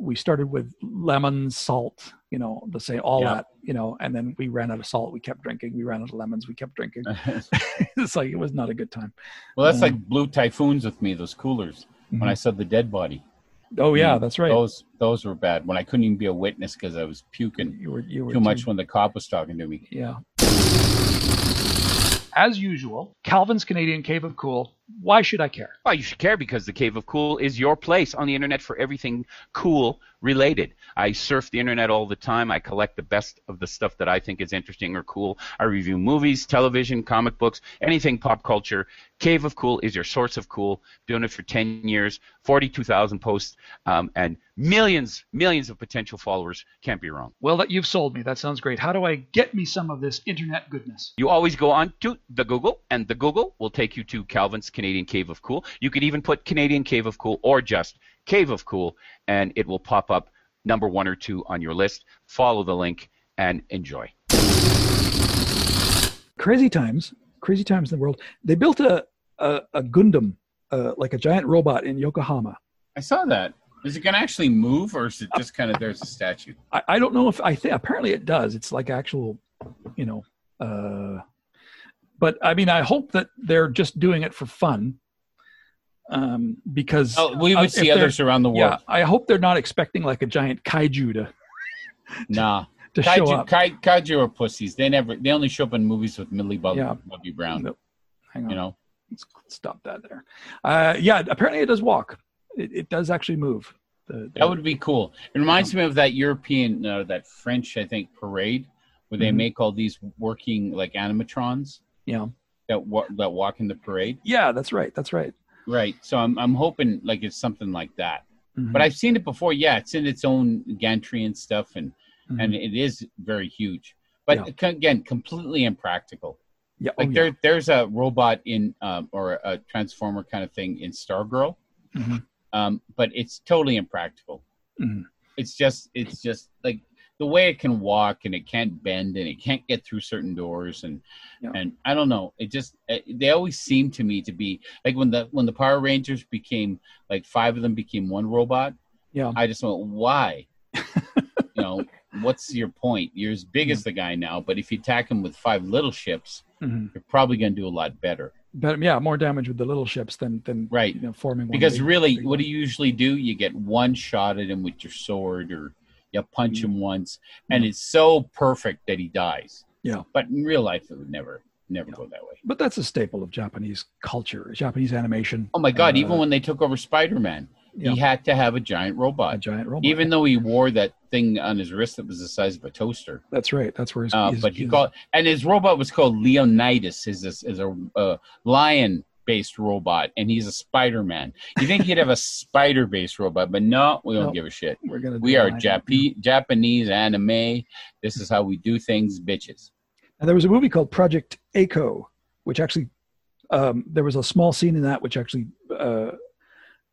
Speaker 3: we started with lemon, salt, you know, the same, all
Speaker 4: Yeah.
Speaker 3: that, you know, and then we ran out of salt. We kept drinking. We ran out of lemons. We kept drinking.
Speaker 4: well,
Speaker 3: it's like it was not a good time.
Speaker 4: that's
Speaker 3: Um,
Speaker 4: like blue typhoons with me. Those coolers
Speaker 3: Mhm.
Speaker 4: when I saw the dead body.
Speaker 3: Oh yeah,
Speaker 4: Mm.
Speaker 3: that's right.
Speaker 4: Those those were bad. When I couldn't even be a witness because I was puking
Speaker 3: you were you were
Speaker 4: too much when the cop was talking to me.
Speaker 3: Yeah. As usual, Calvin's Canadian Cave of Cool. Why should I care?
Speaker 5: Well, you should care because the Cave of Cool is your place on the internet for everything cool related. I surf the internet all the time. I collect the best of the stuff that I think is interesting or cool. I review movies, television, comic books, anything pop culture. Cave of Cool is your source of cool. Doing it for 10 years, 42,000 posts, um, and millions, millions of potential followers. Can't be wrong.
Speaker 3: Well, that you've sold me. That sounds great. How do I get me some of this internet goodness?
Speaker 5: You always go on to the Google, and the Google will take you to Calvin's Canadian Cave of Cool. You could even put Canadian Cave of Cool or just Cave of Cool, and it will pop up number one or two on your list. Follow the link and enjoy.
Speaker 3: Crazy times, crazy times in the world. They built a a, a Gundam, uh, like a giant robot in Yokohama.
Speaker 4: I saw that. Is it gonna actually move, or is it just kind of there's a statue?
Speaker 3: I, I don't know if I think apparently it does. It's like actual, you know. Uh, but I mean, I hope that they're just doing it for fun. Um, because
Speaker 4: Oh, we
Speaker 3: Uh,
Speaker 4: would
Speaker 3: if
Speaker 4: see
Speaker 3: they're-
Speaker 4: others around the
Speaker 3: yeah,
Speaker 4: world.
Speaker 3: I hope they're not expecting like a giant kaiju to
Speaker 4: Nah,
Speaker 3: to show
Speaker 4: kaiju,
Speaker 3: up.
Speaker 4: kai, kaiju are pussies. They never. They only show up in movies with Millie Bobby,
Speaker 3: Yeah.
Speaker 4: Bobby Brown.
Speaker 3: Nope. Hang on.
Speaker 4: You know,
Speaker 3: let's stop that there. Uh, yeah, apparently it does walk. It, it does actually move. The, the-
Speaker 4: that would be cool. It reminds me of that European, uh, that French, I think, parade where they
Speaker 3: Mhm.
Speaker 4: make all these working like animatrons.
Speaker 3: Yeah.
Speaker 4: That wa- that walk in the parade.
Speaker 3: yeah, that's right. That's right.
Speaker 4: Right. So I'm I'm hoping like it's something like that.
Speaker 3: Mhm.
Speaker 4: But I've seen it before. Yeah, it's in its own gantry and stuff, and
Speaker 3: Mhm.
Speaker 4: and it is very huge. But
Speaker 3: Yeah.
Speaker 4: c- again, completely impractical.
Speaker 3: yeah, oh,
Speaker 4: Like
Speaker 3: yeah.
Speaker 4: there, there's a robot in um, or a transformer kind of thing in Stargirl,
Speaker 3: Mhm.
Speaker 4: um, but it's totally impractical.
Speaker 3: Mhm.
Speaker 4: It's just, it's just like the way it can walk and it can't bend and it can't get through certain doors and
Speaker 3: Yeah.
Speaker 4: and I don't know. It just uh, they always seem to me to be like when the when the Power Rangers became like five of them became one robot.
Speaker 3: Yeah.
Speaker 4: I just went why, you know. What's your point? You're as big as the guy now, but if you attack him with five little ships,
Speaker 3: Mhm.
Speaker 4: you're probably going to do a lot better.
Speaker 3: But yeah, more damage with the little ships than than
Speaker 4: Right.
Speaker 3: you know, forming one
Speaker 4: Because
Speaker 3: big-
Speaker 4: really,
Speaker 3: big
Speaker 4: what do
Speaker 3: one.
Speaker 4: you usually do? You get one shot at him with your sword or you punch
Speaker 3: Mm-hmm.
Speaker 4: him once, and it's so perfect that he dies.
Speaker 3: Yeah.
Speaker 4: But in real life, it would never, never go that way.
Speaker 3: But that's a staple of Japanese culture, Japanese animation.
Speaker 4: Oh my God,
Speaker 3: Uh,
Speaker 4: even when they took over Spider Man,
Speaker 3: yeah.
Speaker 4: he had to have a giant
Speaker 3: a
Speaker 4: robot.
Speaker 3: giant robot.
Speaker 4: Even though he wore that thing on his wrist that was the size of a toaster,
Speaker 3: that's right. That's where his,
Speaker 4: uh,
Speaker 3: his-
Speaker 4: but he
Speaker 3: his-
Speaker 4: called and his robot was called Leonidas. Is this is a uh, lion based robot, and he's a Spider Man. You think he'd have a spider based robot, but no, we don't
Speaker 3: No.
Speaker 4: give a shit.
Speaker 3: we're gonna
Speaker 4: We
Speaker 3: do
Speaker 4: are
Speaker 3: an-
Speaker 4: Japi- Japanese anime. This is how we do things, bitches.
Speaker 3: And there was a movie called Project Echo, which actually um, there was a small scene in that which actually uh,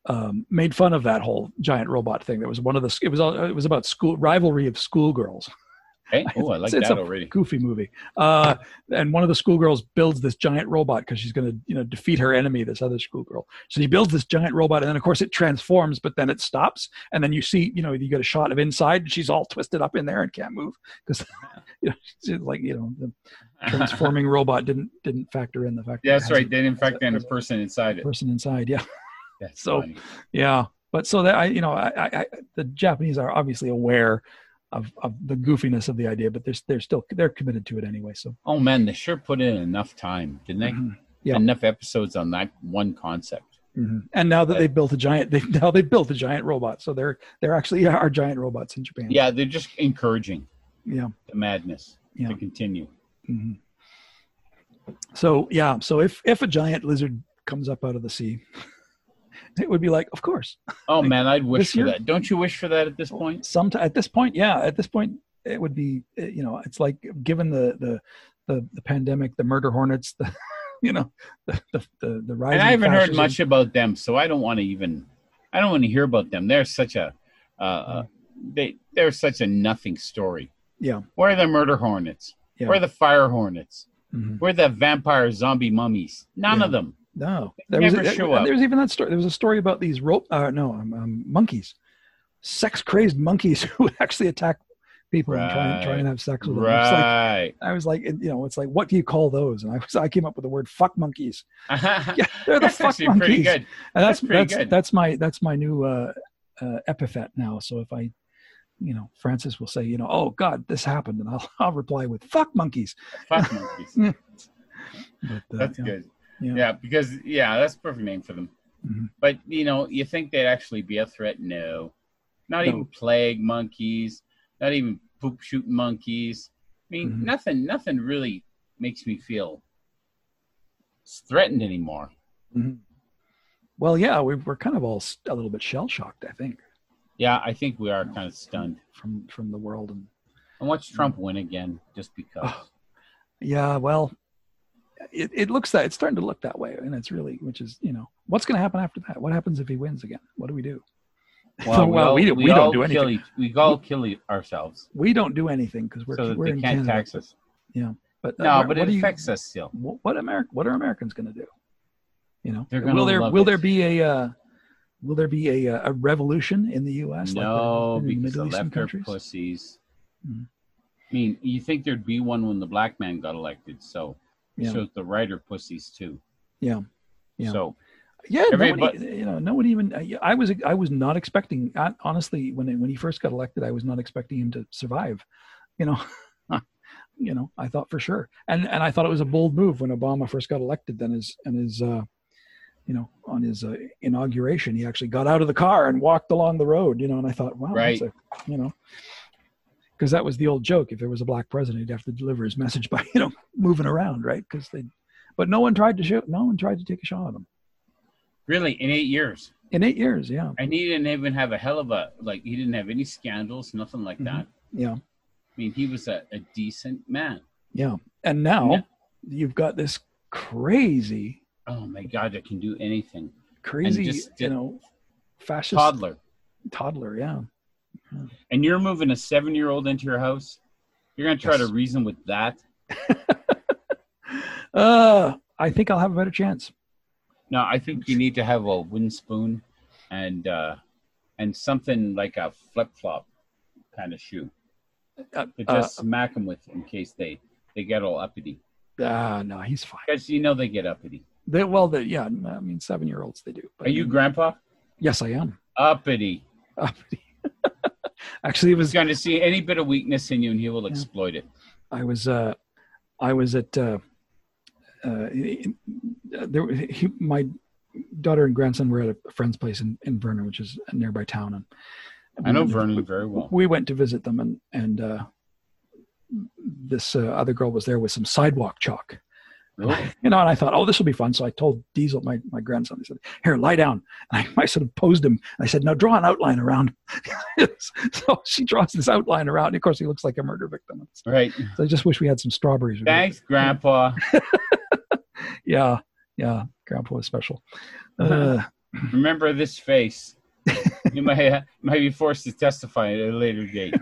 Speaker 3: um, made fun of that whole giant robot thing. That was one of the. It was all. It was about school rivalry of schoolgirls.
Speaker 4: Hey, oh, I like
Speaker 3: it's
Speaker 4: that
Speaker 3: a
Speaker 4: already.
Speaker 3: Goofy movie. Uh, and one of the schoolgirls builds this giant robot because she's going to, you know, defeat her enemy, this other schoolgirl. So she builds this giant robot, and then of course it transforms, but then it stops, and then you see, you know, you get a shot of inside, and she's all twisted up in there and can't move because, you know, she's like you know, the transforming robot didn't didn't factor in the fact. that it
Speaker 4: Yeah, that's
Speaker 3: has
Speaker 4: right.
Speaker 3: a
Speaker 4: Then in fact, then a
Speaker 3: has a
Speaker 4: person inside it.
Speaker 3: Person inside, yeah.
Speaker 4: That's
Speaker 3: So-
Speaker 4: funny.
Speaker 3: Yeah, but so that I, you know, I, I, I the Japanese are obviously aware of, of the goofiness of the idea, but they're they're still they're committed to it anyway. So
Speaker 4: Oh man, they sure put in enough time, didn't they?
Speaker 3: Mhm. Yeah.
Speaker 4: Enough episodes on that one concept.
Speaker 3: mhm. and now that
Speaker 4: Right.
Speaker 3: they built a giant, they now they built a giant robot, so they're they're actually are giant robots in Japan.
Speaker 4: Yeah, they're just encouraging
Speaker 3: yeah,
Speaker 4: the madness
Speaker 3: Yeah.
Speaker 4: to continue.
Speaker 3: hmm Mm-hmm. So yeah, so if if a giant lizard comes up out of the sea, it would be like, of course.
Speaker 4: Oh man, I'd wish
Speaker 3: This
Speaker 4: for
Speaker 3: year-
Speaker 4: that. Don't you wish for that at this point?
Speaker 3: Some at this point, yeah, at this point, it would be uh, you know, it's like given the the the, the pandemic, the murder hornets, the you know, the the the, the rising.
Speaker 4: And I haven't heard
Speaker 3: fascism.
Speaker 4: much about them, so I don't want to even. I don't want to hear about them. They're such a, uh, uh, they they're such a nothing story.
Speaker 3: Yeah.
Speaker 4: Where are the murder hornets?
Speaker 3: Yeah.
Speaker 4: Where are the fire hornets?
Speaker 3: Mhm.
Speaker 4: Where are the vampire zombie mummies? None
Speaker 3: Yeah.
Speaker 4: of them.
Speaker 3: No,
Speaker 4: They
Speaker 3: there was,
Speaker 4: never
Speaker 3: there-
Speaker 4: show up.
Speaker 3: there was even that story. There was a story about these rope. Uh, no, um, um, monkeys, sex crazed monkeys who would actually attack people and try and try
Speaker 4: Right.
Speaker 3: and have sex with them. It's like,
Speaker 4: Right.
Speaker 3: I was like, you know, it's like, what do you call those? And I was, I came up with the word "fuck monkeys," Yeah, they're the
Speaker 4: That's
Speaker 3: fuck
Speaker 4: actually pretty
Speaker 3: monkeys.
Speaker 4: good.
Speaker 3: and that's
Speaker 4: That's pretty
Speaker 3: that's
Speaker 4: good.
Speaker 3: that's, my that's my new uh, uh, epithet now. So if I, you know, Francis will say, you know, oh God, this happened, and I'll, I'll reply with "fuck monkeys."
Speaker 4: Fuck monkeys.
Speaker 3: But, uh,
Speaker 4: That's
Speaker 3: yeah.
Speaker 4: good.
Speaker 3: Yeah.
Speaker 4: Yeah. because yeah, that's a perfect name for them.
Speaker 3: Mhm.
Speaker 4: But you know, you think they'd actually be a threat? No, not
Speaker 3: No.
Speaker 4: even plague monkeys, not even poop shooting monkeys. I mean,
Speaker 3: Mhm.
Speaker 4: nothing, nothing really makes me feel s- threatened anymore.
Speaker 3: Mhm. Well, yeah, we, we're kind of all s- a little bit shell shocked, I think,
Speaker 4: Yeah, I think we are kind of stunned.
Speaker 3: from from the world. And
Speaker 4: And watch Trump win again, just because.
Speaker 3: Oh. yeah, well, it, it looks that it's starting to look that way, and it's really, which is, you know, what's going to happen after that? What happens if he wins again? What do we do? Well, we don't- we don't
Speaker 4: all
Speaker 3: do
Speaker 4: kill
Speaker 3: anything.
Speaker 4: each- we all kill e- ourselves
Speaker 3: We don't do anything because we're
Speaker 4: so that
Speaker 3: we're
Speaker 4: they
Speaker 3: in
Speaker 4: can't
Speaker 3: Canada.
Speaker 4: tax us.
Speaker 3: But uh,
Speaker 4: No,
Speaker 3: what-
Speaker 4: but
Speaker 3: what
Speaker 4: it
Speaker 3: do you-
Speaker 4: affects us still.
Speaker 3: wh- what America what are Americans going to do? You know,
Speaker 4: They're
Speaker 3: will
Speaker 4: gonna
Speaker 3: there
Speaker 4: love
Speaker 3: will
Speaker 4: it.
Speaker 3: there be a uh, will there be a uh, a revolution in the U.S. like there
Speaker 4: No,
Speaker 3: has been in
Speaker 4: because the
Speaker 3: Middle Eastern
Speaker 4: left are pussies.
Speaker 3: Mhm.
Speaker 4: I mean, you think there'd be one when the black man got elected, so
Speaker 3: Yeah.
Speaker 4: so the right are pussies too.
Speaker 3: Yeah. Yeah.
Speaker 4: So
Speaker 3: Yeah,
Speaker 4: Every-
Speaker 3: nobody, you know, no one even. I- I was, I was not expecting. I- Honestly, when when he first got elected, I was not expecting him to survive. You know, you know, I thought for sure, and and I thought it was a bold move when Obama first got elected. Then his and his, uh, you know, on his uh, inauguration, he actually got out of the car and walked along the road. You know, and I thought, wow,
Speaker 4: Right.
Speaker 3: that's a, you know, because that was the old joke. If there was a black president, he'd have to deliver his message by you know moving around, right? Because they, but no one tried to shoot. No one tried to take a shot at him.
Speaker 4: really, in eight years,
Speaker 3: In eight years, yeah,
Speaker 4: and he didn't even have a hell of a like. He didn't have any scandals, nothing like
Speaker 3: Mhm.
Speaker 4: that.
Speaker 3: yeah,
Speaker 4: I mean, he was a, a decent man.
Speaker 3: yeah. And now
Speaker 4: Yeah.
Speaker 3: you've got this crazy,
Speaker 4: Oh my God, that can do anything.
Speaker 3: crazy,
Speaker 4: just-
Speaker 3: you know, fascist toddler.
Speaker 4: Toddler,
Speaker 3: yeah,
Speaker 4: and you're moving a seven-year-old into your house. You're gonna try
Speaker 3: Yes.
Speaker 4: to reason with that?
Speaker 3: uh, I think I'll have a better chance.
Speaker 4: No, I think you need to have a wooden spoon and uh, and something like a flip flop kind of shoe
Speaker 3: Uh,
Speaker 4: to
Speaker 3: uh,
Speaker 4: just smack 'em smack them with in case they they get all uppity
Speaker 3: ah, no, he's fine.
Speaker 4: because you know they get uppity.
Speaker 3: They, well, they, yeah, I mean, seven year olds they do. But
Speaker 4: Are you grandpa
Speaker 3: Yes, I am.
Speaker 4: uppity?
Speaker 3: Actually, it
Speaker 4: He's
Speaker 3: was
Speaker 4: going to see any bit of weakness in you and he will exploit it.
Speaker 3: I was uh, I was at uh, uh, in- uh, there. He, my daughter and grandson were at a friend's place in, in Vernon, which is a nearby town, and
Speaker 4: I know
Speaker 3: we-
Speaker 4: Vernon very well.
Speaker 3: we went to visit them and and uh this uh, other girl was there with some sidewalk chalk
Speaker 4: Oh,
Speaker 3: you know and i thought oh this will be fun so i told diesel my, my grandson i said here lie down and I, I sort of posed him i said now draw an outline around so she draws this outline around and of course he looks like a murder victim
Speaker 4: right.
Speaker 3: so i just wish we had some strawberries with it.
Speaker 4: Thanks, grandpa.
Speaker 3: yeah yeah grandpa was special uh,
Speaker 4: Remember this face. you may uh, may be forced to testify at a later date.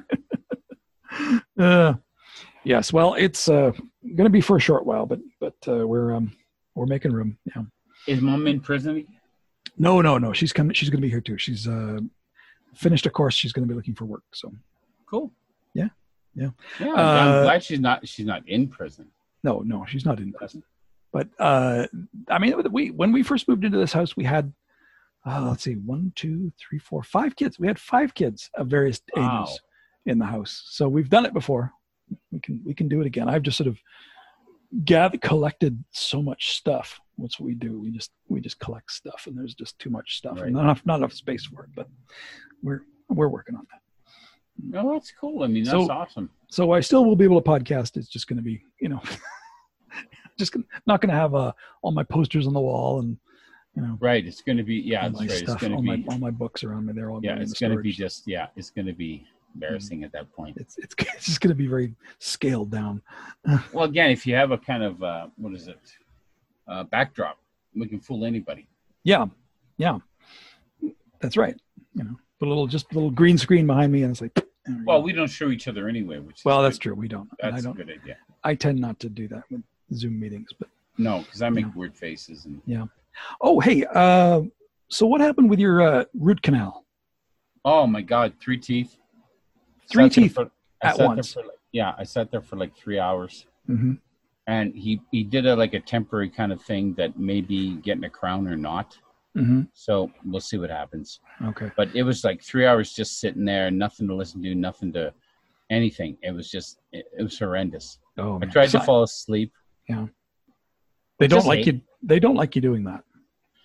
Speaker 3: Uh, yes. Well, it's uh, going to be for a short while, but but uh, we're um, we're making room. Yeah.
Speaker 4: Is mom in prison? again?
Speaker 3: No, no, no. She's coming. She's going to be here too. She's uh, finished a course. She's going to be looking for work. So
Speaker 4: Cool.
Speaker 3: Yeah, yeah.
Speaker 4: Yeah. I'm-
Speaker 3: Uh,
Speaker 4: I'm glad she's not she's not in prison.
Speaker 3: no, no, she's not in prison. But uh, I mean, we when we first moved into this house, we had uh, let's see, one, two, three, four, five kids. We had five kids of various
Speaker 4: Wow.
Speaker 3: ages in the house. So we've done it before. We can we can do it again. I've just sort of gathered collected so much stuff. That's what we do. We just we just collect stuff, and there's just too much stuff,
Speaker 4: Right.
Speaker 3: and not enough not enough space for it. But we're we're working on that.
Speaker 4: No, that's cool. I mean, that's
Speaker 3: So-
Speaker 4: awesome.
Speaker 3: So I still will be able to podcast. It's just going to be, you know, just gonna, not going to have uh, all my posters on the wall and you know
Speaker 4: Right. It's going to be yeah.
Speaker 3: all
Speaker 4: That's
Speaker 3: my
Speaker 4: right. It's
Speaker 3: stuff,
Speaker 4: going to
Speaker 3: all
Speaker 4: be
Speaker 3: my all my books around me. They're all
Speaker 4: yeah.
Speaker 3: going
Speaker 4: It's
Speaker 3: into
Speaker 4: going to be
Speaker 3: storage.
Speaker 4: just yeah. It's going to be embarrassing at that point.
Speaker 3: It's it's it's just going to be very scaled down.
Speaker 4: Well, again, if you have a kind of uh, what is it uh, backdrop, we can fool anybody.
Speaker 3: Yeah, yeah, that's right. You know, a little just a little green screen behind me, and it's like. there we
Speaker 4: Well,
Speaker 3: go.
Speaker 4: we don't show each other anyway. Which is
Speaker 3: well,
Speaker 4: good.
Speaker 3: that's true. We don't. And I
Speaker 4: That's a
Speaker 3: don't.
Speaker 4: good idea.
Speaker 3: I tend not to do that with Zoom meetings, but.
Speaker 4: No, because I make
Speaker 3: Yeah.
Speaker 4: weird faces and
Speaker 3: Oh, hey. Uh, so what happened with your uh, root canal?
Speaker 4: oh my god, three teeth.
Speaker 3: Three
Speaker 4: Sat there
Speaker 3: teeth
Speaker 4: for- I
Speaker 3: at
Speaker 4: sat there
Speaker 3: once.
Speaker 4: for like- yeah, I sat there for like three hours,
Speaker 3: Mm-hmm.
Speaker 4: and he he did a, like a temporary kind of thing that maybe getting a crown or not.
Speaker 3: Mm-hmm.
Speaker 4: So we'll see what happens.
Speaker 3: Okay.
Speaker 4: But it was like three hours just sitting there, nothing to listen to, nothing to anything. It was just it, it was horrendous.
Speaker 3: Oh,
Speaker 4: I
Speaker 3: man.
Speaker 4: tried to
Speaker 3: So-
Speaker 4: fall asleep.
Speaker 3: They
Speaker 4: Just
Speaker 3: don't like
Speaker 4: hate.
Speaker 3: you. They don't like you doing that.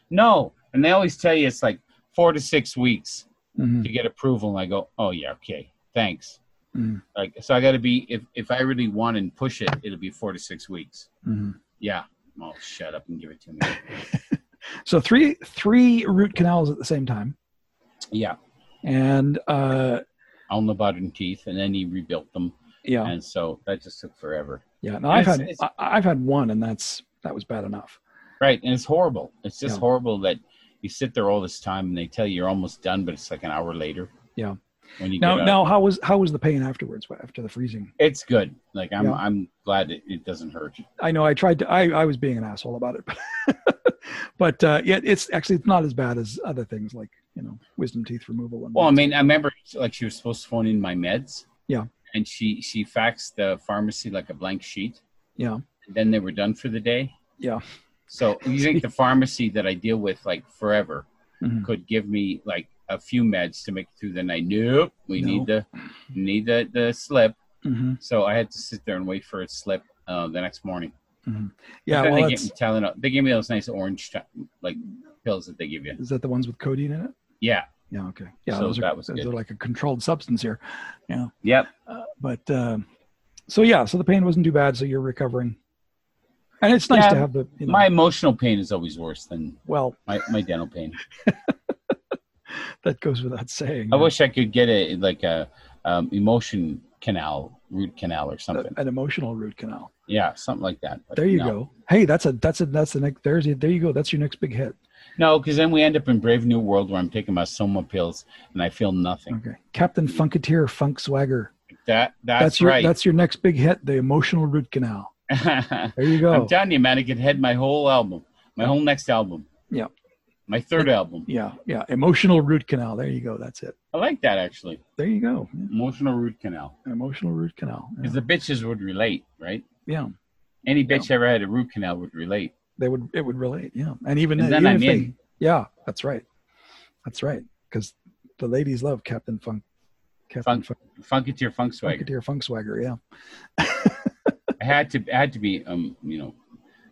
Speaker 4: No, and they always tell you it's like four to six weeks
Speaker 3: Mm-hmm.
Speaker 4: to get approval, and I go, oh yeah, okay, thanks.
Speaker 3: Mhm.
Speaker 4: Like so, I got to be if if I really want and push it, it'll be four to six weeks.
Speaker 3: Mm-hmm.
Speaker 4: Yeah, well, shut up and give it to me.
Speaker 3: So three three root canals at the same time,
Speaker 4: yeah,
Speaker 3: and uh,
Speaker 4: on the bottom teeth, and then he rebuilt them,
Speaker 3: yeah,
Speaker 4: and so that just took forever.
Speaker 3: yeah. Now I've
Speaker 4: it's-
Speaker 3: had
Speaker 4: it's-
Speaker 3: I, I've had one, and that's that was bad enough.
Speaker 4: Right, and it's horrible. It's just
Speaker 3: Yeah.
Speaker 4: horrible that you sit there all this time and they tell you you're almost done, but it's like an hour later.
Speaker 3: Yeah.
Speaker 4: When you
Speaker 3: Now
Speaker 4: get out.
Speaker 3: now how was how was the pain afterwards after the freezing?
Speaker 4: it's good. Like I'm
Speaker 3: Yeah.
Speaker 4: I'm glad it, it doesn't hurt.
Speaker 3: I know I tried to I I was being an asshole about it, but but uh, yeah, it's actually it's not as bad as other things like you know wisdom teeth removal and
Speaker 4: Well, I mean, I remember like she was supposed to phone in my meds.
Speaker 3: Yeah.
Speaker 4: And she she faxed the pharmacy like a blank sheet.
Speaker 3: Yeah.
Speaker 4: And then they were done for the day.
Speaker 3: Yeah.
Speaker 4: So you think the pharmacy that I deal with like forever
Speaker 3: Mhm.
Speaker 4: could give me like a few meds to make it through the night? Nope. We
Speaker 3: No.
Speaker 4: need the need the the slip.
Speaker 3: Mhm.
Speaker 4: So I had to sit there and wait for it to slip uh, the next morning.
Speaker 3: yeah.
Speaker 4: Then
Speaker 3: Well,
Speaker 4: they gave
Speaker 3: that's,
Speaker 4: me Tylenol. They gave me those nice orange t- like pills that they give you.
Speaker 3: is that the ones with codeine in it?
Speaker 4: Yeah.
Speaker 3: Yeah. Okay. Yeah.
Speaker 4: So
Speaker 3: those are
Speaker 4: that was
Speaker 3: those
Speaker 4: good.
Speaker 3: are like a controlled substance here.
Speaker 4: Yep.
Speaker 3: Uh, but um, so yeah, so the pain wasn't too bad. So you're recovering, and it's nice
Speaker 4: Yeah,
Speaker 3: to have the you know,
Speaker 4: My emotional pain is always worse than
Speaker 3: well
Speaker 4: my, my dental pain.
Speaker 3: that goes without saying. uh,
Speaker 4: I wish I could get a like a um, emotion canal, root canal, or
Speaker 3: A-
Speaker 4: something.
Speaker 3: an emotional root canal.
Speaker 4: yeah, something like that. but
Speaker 3: There you
Speaker 4: no.
Speaker 3: go. Hey, that's a that's a that's the next. There's it. There you go. That's your next big hit.
Speaker 4: No, because then we end up in Brave New World where I'm taking my soma pills and I feel nothing.
Speaker 3: Okay, Captain Funketeer Funk Swagger.
Speaker 4: That that's,
Speaker 3: your
Speaker 4: right.
Speaker 3: that's your next big hit. The emotional root canal. There you go.
Speaker 4: I'm telling you, man, I could head my whole album, my whole next album.
Speaker 3: Yeah.
Speaker 4: My third album.
Speaker 3: yeah, yeah. Emotional root canal. There you go. That's it.
Speaker 4: I like that actually.
Speaker 3: There you go. Yeah,
Speaker 4: Emotional root canal.
Speaker 3: Emotional root canal. Yeah.
Speaker 4: Because the bitches would relate, right?
Speaker 3: yeah.
Speaker 4: Any bitch ever had a root canal would relate.
Speaker 3: they would it would relate yeah and even,
Speaker 4: And then
Speaker 3: even
Speaker 4: I'm
Speaker 3: if they-
Speaker 4: in.
Speaker 3: yeah that's right that's right because the ladies love captain funk captain
Speaker 4: Funk
Speaker 3: funk,
Speaker 4: Funk it to your funk swagger.
Speaker 3: Funketeer funk swagger yeah
Speaker 4: I had to I had to be um you know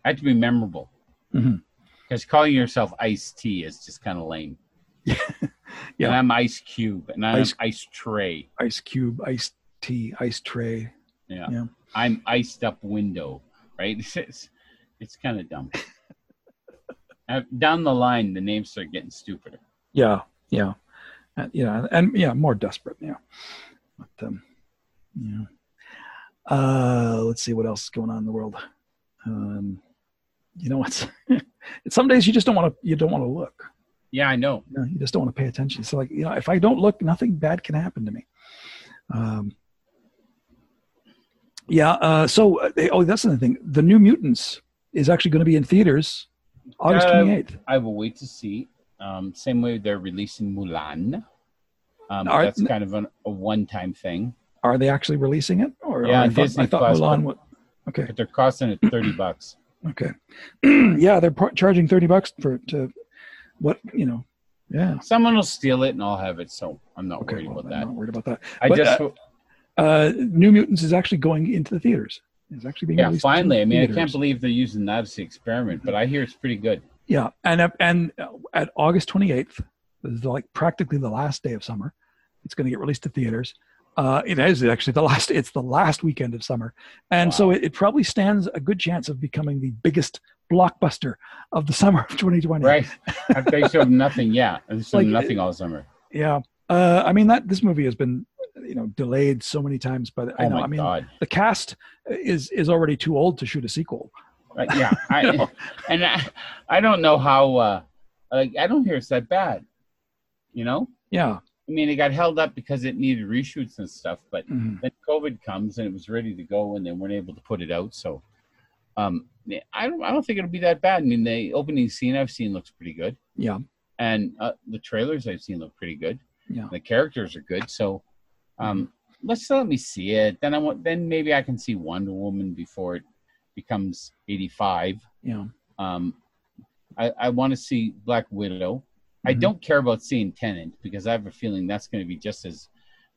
Speaker 4: I had to be memorable because
Speaker 3: Mhm.
Speaker 4: calling yourself Ice T is just kind of lame.
Speaker 3: Yeah.
Speaker 4: And I'm Ice Cube and I'm
Speaker 3: Ice-
Speaker 4: Ice, Tray.
Speaker 3: ice cube ice tea ice tray
Speaker 4: Yeah.
Speaker 3: Yeah.
Speaker 4: I'm Iced Up Window. Right. It's it's, it's kind of dumb. Uh, Down the line, the names start getting stupider.
Speaker 3: yeah yeah and, yeah and yeah more desperate yeah but um yeah uh let's see what else is going on in the world um you know what's some days you just don't want to you don't want to look
Speaker 4: Yeah, I know.
Speaker 3: You, know, you just don't want to pay attention. So like, you know, if I don't look, nothing bad can happen to me. Um, yeah. Uh, so, uh, they- oh, that's another thing. The New Mutants is actually going to be in theaters August
Speaker 4: Uh,
Speaker 3: 28th.
Speaker 4: I will wait to see. Um, same way they're releasing Mulan. Um,
Speaker 3: Are-
Speaker 4: that's kind of an, a one-time thing,
Speaker 3: Are they actually releasing it? Or
Speaker 4: Yeah,
Speaker 3: I thought,
Speaker 4: Disney
Speaker 3: I thought
Speaker 4: Plus,
Speaker 3: Mulan
Speaker 4: but-
Speaker 3: would. Okay.
Speaker 4: but they're costing it thirty bucks.
Speaker 3: Okay. yeah, they're par- charging thirty bucks for to what you know. Yeah.
Speaker 4: Someone will steal it, and I'll have it. So I'm not
Speaker 3: Okay.
Speaker 4: worried
Speaker 3: well,
Speaker 4: about
Speaker 3: I'm
Speaker 4: that.
Speaker 3: not worried about that.
Speaker 4: I
Speaker 3: But,
Speaker 4: just
Speaker 3: Uh, New Mutants is actually going into the theaters. It's actually being
Speaker 4: yeah.
Speaker 3: released in
Speaker 4: Finally, I mean, I can't
Speaker 3: theaters.
Speaker 4: believe they're using that as the experiment, but I hear it's pretty good.
Speaker 3: Yeah, and uh, and uh, at August 28th, this is like practically the last day of summer. It's going to get released to theaters. Uh, it is actually the last. It's the last weekend of summer, and so it, it probably stands a good chance of becoming the biggest blockbuster of the summer of 2020.
Speaker 4: Right? If they showed nothing. Yeah, they showed
Speaker 3: Like,
Speaker 4: nothing all summer.
Speaker 3: Yeah. Uh, I mean that this movie has been, you know, delayed so many times. But
Speaker 4: Oh
Speaker 3: I know.
Speaker 4: my
Speaker 3: I mean,
Speaker 4: god.
Speaker 3: the cast is is already too old to shoot a sequel.
Speaker 4: Uh, yeah, I, and I, I don't know how. Uh, like, I don't hear it's that bad. You know,
Speaker 3: Yeah.
Speaker 4: I mean, it got held up because it needed reshoots and stuff, but
Speaker 3: Mhm.
Speaker 4: then COVID comes and it was ready to go, and they weren't able to put it out. So, um, I don't, I don't think it'll be that bad. I mean, the opening scene I've seen looks pretty good,
Speaker 3: Yeah.
Speaker 4: and uh, the trailers I've seen look pretty good.
Speaker 3: Yeah.
Speaker 4: The characters are good, so um, let's let me see it. Then I want, then maybe I can see Wonder Woman before it becomes eighty-five.
Speaker 3: Yeah.
Speaker 4: Um, I, I want to see Black Widow. I
Speaker 3: Mhm.
Speaker 4: don't care about seeing Tenant because I have a feeling that's going to be just as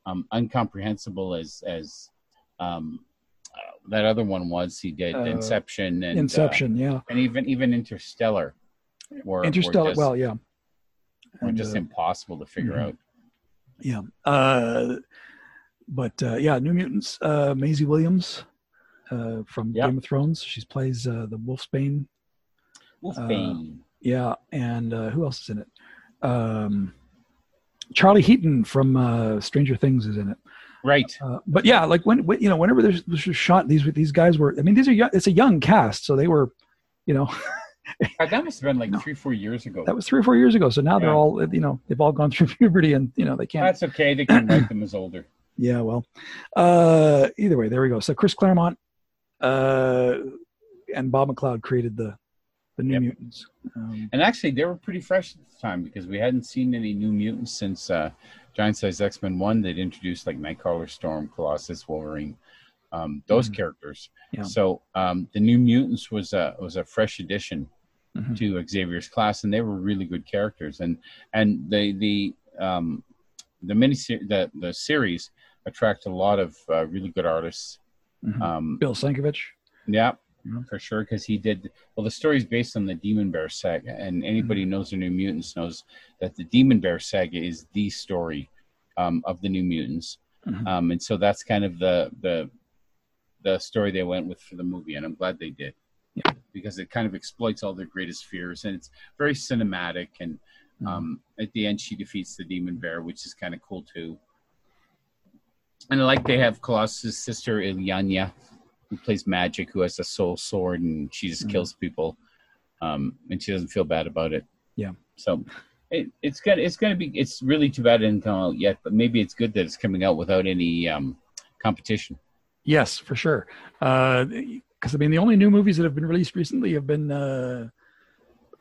Speaker 4: um, uncomprehensible as as um, uh, that other one was. He did
Speaker 3: Uh,
Speaker 4: Inception and uh,
Speaker 3: Inception. yeah.
Speaker 4: and even even Interstellar. Were,
Speaker 3: Interstellar.
Speaker 4: Were just,
Speaker 3: well, yeah.
Speaker 4: were
Speaker 3: And,
Speaker 4: just
Speaker 3: uh,
Speaker 4: impossible to figure
Speaker 3: mhm.
Speaker 4: out.
Speaker 3: yeah. Uh, but uh, yeah, New Mutants. Uh, Maisie Williams uh, from
Speaker 4: Yeah.
Speaker 3: Game of Thrones. She plays uh, the Wolfsbane.
Speaker 4: uh, Wolfbane.
Speaker 3: Yeah, and uh, who else is in it? Um, Charlie Heaton from uh, Stranger Things is in it.
Speaker 4: right.
Speaker 3: Uh, but yeah, like when, when you know, whenever this this was shot, these these guys were. I mean, these are young, it's a young cast, so they were, you know,
Speaker 4: God, that must have been like
Speaker 3: No.
Speaker 4: three, four years ago.
Speaker 3: that was three or four years ago. So now they're
Speaker 4: Yeah.
Speaker 3: all, you know, they've all gone through puberty, and you know, they can't.
Speaker 4: That's okay. They can write them as older.
Speaker 3: Yeah, well, uh, either way, there we go. So Chris Claremont uh, and Bob McLeod created the the New
Speaker 4: Yep.
Speaker 3: Mutants. Um,
Speaker 4: And actually, they were pretty fresh at the time because we hadn't seen any new mutants since uh, Giant Size X Men 1. They'd introduced like Nightcrawler, Storm, Colossus, Wolverine, um, those
Speaker 3: Mhm.
Speaker 4: characters.
Speaker 3: Yeah.
Speaker 4: So um, the New Mutants was a, was a fresh addition
Speaker 3: Mhm.
Speaker 4: to Xavier's class, and they were really good characters. And and the the um, the mini the the series attracted a lot of uh, really good artists.
Speaker 3: mhm.
Speaker 4: Um,
Speaker 3: Bill Sankovich.
Speaker 4: yeah,
Speaker 3: Mhm.
Speaker 4: for sure. Because he did. Well, the story's based on the Demon Bear saga, and anybody who knows the New Mutants knows that the Demon Bear saga is the story um, of the New Mutants,
Speaker 3: Mhm.
Speaker 4: um, and so that's kind of the the the story they went with for the movie, and I'm glad they did.
Speaker 3: Yeah.
Speaker 4: Because it kind of exploits all their greatest fears, and it's very cinematic. And
Speaker 3: Mm-hmm.
Speaker 4: um, at the end, she defeats the demon bear, which is kind of cool too. And I like they have Colossus' sister Ilyanya, who plays magic, who has a soul sword, and she just
Speaker 3: Mhm.
Speaker 4: kills people, um, and she doesn't feel bad about it.
Speaker 3: Yeah.
Speaker 4: So it, it's good. It's gonna be. It's really too bad it didn't come out yet, but maybe it's good that it's coming out without any um, competition.
Speaker 3: Yes, for sure. Because I mean, the only new movies that have been released recently have been uh,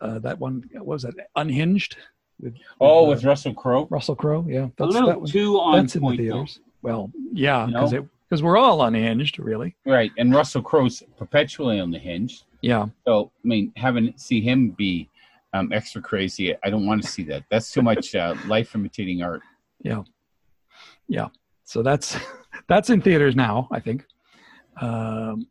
Speaker 3: uh, that one. What was that? Unhinged. With,
Speaker 4: Oh,
Speaker 3: uh,
Speaker 4: with Russell Crowe.
Speaker 3: Russell Crowe. Yeah, that's
Speaker 4: a
Speaker 3: that
Speaker 4: little
Speaker 3: one.
Speaker 4: too on
Speaker 3: That's in the
Speaker 4: point, though.
Speaker 3: theaters. Well, yeah,
Speaker 4: You
Speaker 3: because
Speaker 4: know?
Speaker 3: it because we're all unhinged, really.
Speaker 4: Right, and Russell Crowe's perpetually on the hinge.
Speaker 3: Yeah,
Speaker 4: So I mean, having see him be um, extra crazy, I don't want to see that. That's too much uh, life imitating art.
Speaker 3: so that's that's in theaters now. I think. Um,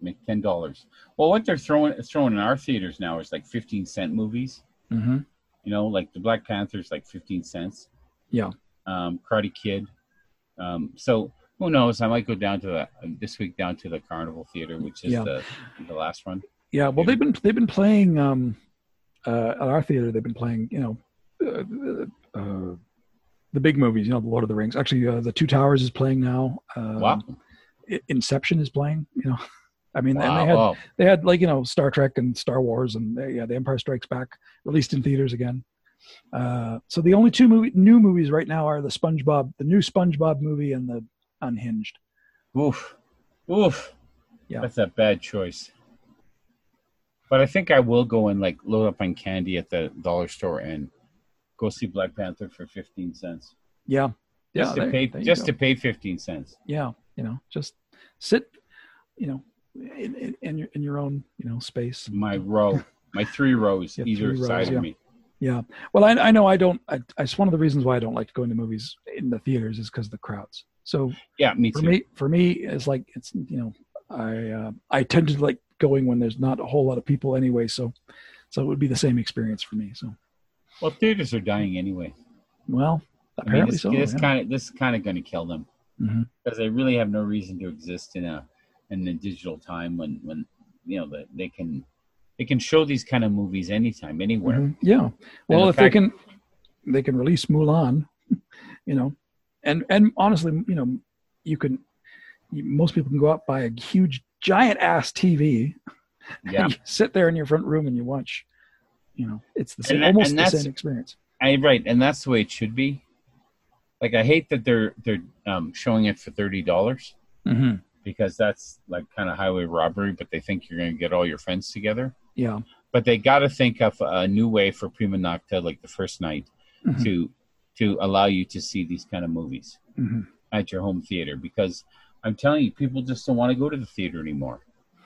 Speaker 4: Make ten dollars. Well, what they're throwing throwing in our theaters now is like fifteen cent movies.
Speaker 3: mhm.
Speaker 4: You know, like the Black Panther's like fifteen cents.
Speaker 3: Yeah.
Speaker 4: Um, Karate Kid. Um, so who knows? I might go down to the this week down to the Carnival Theater, which is
Speaker 3: Yeah.
Speaker 4: the the last one.
Speaker 3: Yeah. Well, they've been they've been playing um, uh, at our theater. They've been playing, you know, uh, uh, the big movies. You know, the Lord of the Rings. Actually, uh, the Two Towers is playing now. Uh,
Speaker 4: wow.
Speaker 3: I- Inception is playing. You know, I mean, and they had
Speaker 4: Wow.
Speaker 3: they had like you know Star Trek and Star Wars and uh, yeah, The Empire Strikes Back released in theaters again. Uh, so the only two movie, new movies right now are the SpongeBob, the new SpongeBob movie, and the Unhinged.
Speaker 4: Oof. Oof.
Speaker 3: Yeah.
Speaker 4: That's a bad choice. But I think I will go and like load up on candy at the dollar store and go see Black Panther for fifteen cents.
Speaker 3: Yeah, yeah,
Speaker 4: Just to
Speaker 3: there-
Speaker 4: pay
Speaker 3: there you
Speaker 4: just
Speaker 3: go.
Speaker 4: to pay fifteen cents.
Speaker 3: yeah, you know, just sit, you know, in, in, in your in your own you know space.
Speaker 4: My row. My three rows,
Speaker 3: Yeah,
Speaker 4: either
Speaker 3: three rows,
Speaker 4: side of
Speaker 3: yeah.
Speaker 4: me.
Speaker 3: Yeah. Well, I, I know I don't. I, it's one of the reasons why I don't like going to movies in the theaters is because the crowds. So
Speaker 4: Yeah, me
Speaker 3: for
Speaker 4: too.
Speaker 3: me, for me, it's like it's you know, I uh, I tend to like going when there's not a whole lot of people anyway. So, so it would be the same experience for me. So,
Speaker 4: Well theaters are dying anyway.
Speaker 3: well,
Speaker 4: I mean,
Speaker 3: apparently
Speaker 4: this,
Speaker 3: so.
Speaker 4: this
Speaker 3: yeah.
Speaker 4: kind of this is kind of going to kill them
Speaker 3: Mhm.
Speaker 4: because they really have no reason to exist in a in a digital time when when you know that they can they can show these kind of movies anytime anywhere.
Speaker 3: Mhm. Yeah. Well,
Speaker 4: the
Speaker 3: if they
Speaker 4: fact-
Speaker 3: can, they can release Mulan, you know, and and honestly, you know, you can. You, most people can go out buy a huge giant ass TV
Speaker 4: Yeah,
Speaker 3: and you sit there in your front room and you watch. You know, it's the same,
Speaker 4: that-
Speaker 3: almost
Speaker 4: and
Speaker 3: the
Speaker 4: that's-
Speaker 3: same experience.
Speaker 4: I right, and that's the way it should be. Like I hate that they're they're um, showing it for thirty dollars
Speaker 3: Mm-hmm.
Speaker 4: because that's like kind of highway robbery. But they think you're going to get all your friends together.
Speaker 3: Yeah.
Speaker 4: But they got to think of a new way for Prima Nocta, like the first night,
Speaker 3: Mhm.
Speaker 4: to to allow you to see these kind of movies
Speaker 3: hmm
Speaker 4: at your home theater because I'm telling you, people just don't want to go to the theater anymore.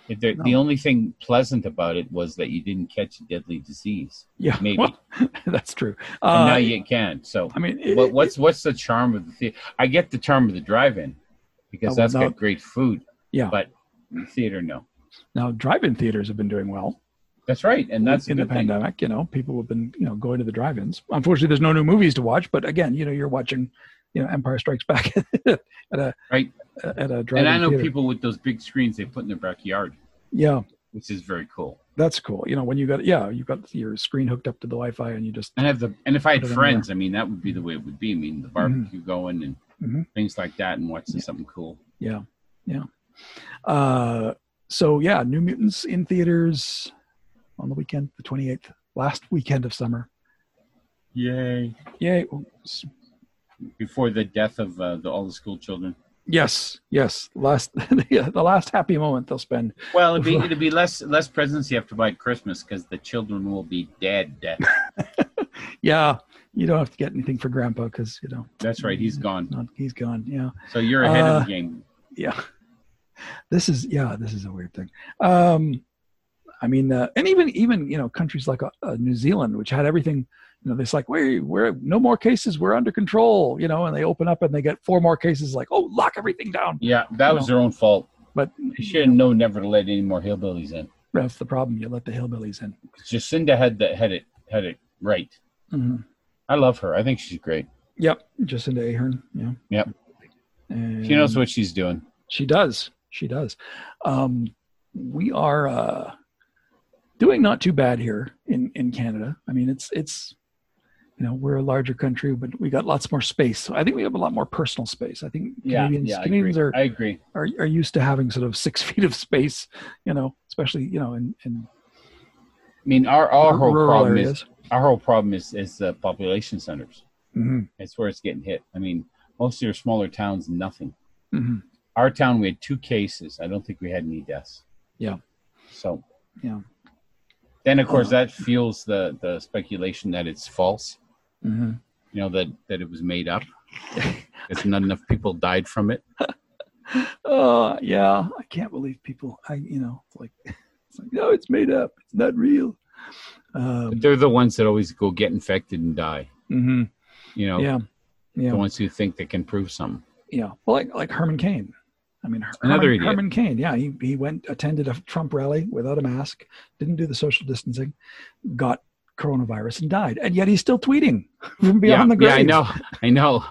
Speaker 4: If they're-
Speaker 3: No.
Speaker 4: The only thing pleasant about it was that you didn't catch a deadly disease,
Speaker 3: Yeah.
Speaker 4: maybe,
Speaker 3: well, that's true. Uh,
Speaker 4: and now you can. So
Speaker 3: I mean, it-
Speaker 4: what, what's what's the charm of the theater? I get the charm of the drive-in because
Speaker 3: Oh,
Speaker 4: that's
Speaker 3: no.
Speaker 4: got great food.
Speaker 3: Yeah.
Speaker 4: but the theater, no.
Speaker 3: now drive-in theaters have been doing well
Speaker 4: That's right, and that's a
Speaker 3: in the
Speaker 4: good thing.
Speaker 3: pandemic. You know, people have been you know going to the drive-ins. Unfortunately, there's no new movies to watch, but again, you know, you're watching you know Empire Strikes Back at a
Speaker 4: Right.
Speaker 3: at a drive-in
Speaker 4: And I know
Speaker 3: theater.
Speaker 4: people with those big screens they put in their backyard,
Speaker 3: Yeah,
Speaker 4: which is very cool.
Speaker 3: that's cool. You know, when you got yeah, you got your screen hooked up to the Wi-Fi and you just
Speaker 4: And have the and if I had
Speaker 3: Put it in Mm-hmm.
Speaker 4: friends, I mean that would be the way it would be. I mean the barbecue going and
Speaker 3: Mhm.
Speaker 4: things like that, and watching something cool.
Speaker 3: Yeah, yeah. Uh, so yeah, New Mutants in theaters on the weekend, the 28th, last weekend of summer.
Speaker 4: Yay!
Speaker 3: Yay! Oh, s-
Speaker 4: Before the death of uh, the, all the school children.
Speaker 3: Yes, yes. Last, yeah, the last happy moment they'll spend.
Speaker 4: Well, it'd be it'd be less less presents you have to buy at Christmas because the children will be dead.
Speaker 3: Yeah, you don't have to get anything for Grandpa because you know
Speaker 4: That's right, he's gone.
Speaker 3: not, he's gone. Yeah,
Speaker 4: So you're ahead of
Speaker 3: Uh,
Speaker 4: the game.
Speaker 3: yeah. This is yeah, this is a weird thing. Um, I mean, uh, and even even you know countries like uh, uh, New Zealand, which had everything, you know, it's like we we're no more cases, we're under control, you know, and they open up and they get four more cases, like oh, lock everything down.
Speaker 4: Yeah, that was
Speaker 3: No.
Speaker 4: their own fault.
Speaker 3: But
Speaker 4: They should have known never to let any more hillbillies in.
Speaker 3: that's the problem. You let the hillbillies in.
Speaker 4: Jacinda had that had it had it right.
Speaker 3: hmm
Speaker 4: I love her. I think she's great.
Speaker 3: Yep, Jacinda Ahern. Yeah.
Speaker 4: Yep.
Speaker 3: And
Speaker 4: She knows what she's doing.
Speaker 3: she does. She does. Um, we are uh, doing not too bad here in in Canada. I mean, it's it's you know we're a larger country, but we got lots more space. So I think we have a lot more personal space. I think Canadians
Speaker 4: I
Speaker 3: Canadians
Speaker 4: agree.
Speaker 3: are,
Speaker 4: I agree.
Speaker 3: are are used to having sort of six feet of space. You know, especially you know in in
Speaker 4: I mean, our our whole
Speaker 3: rural
Speaker 4: problem is
Speaker 3: areas.
Speaker 4: our whole problem is is the population centers.
Speaker 3: hmm
Speaker 4: It's where it's getting hit. I mean, most of your smaller towns, nothing.
Speaker 3: hmm
Speaker 4: Our town, we had two cases. I don't think we had any deaths.
Speaker 3: Yeah.
Speaker 4: So.
Speaker 3: Yeah.
Speaker 4: Then of course that fuels the the speculation that it's false.
Speaker 3: hmm
Speaker 4: You know that that it was made up. Because not enough people died from it.
Speaker 3: Oh yeah, I can't believe people. I you know it's like it's like no, it's made up. It's not real. Um,
Speaker 4: But they're the ones that always go get infected and die.
Speaker 3: mhm.
Speaker 4: You know,
Speaker 3: Yeah, yeah,
Speaker 4: the ones who think they can prove something.
Speaker 3: yeah. Well, like like Herman Cain. I mean, Her-
Speaker 4: Another
Speaker 3: Herman,
Speaker 4: idiot.
Speaker 3: Herman Cain. Yeah, he he went attended a Trump rally without a mask, didn't do the social distancing, got coronavirus and died, and yet he's still tweeting from beyond
Speaker 4: yeah,
Speaker 3: the grave.
Speaker 4: yeah, I know, I know.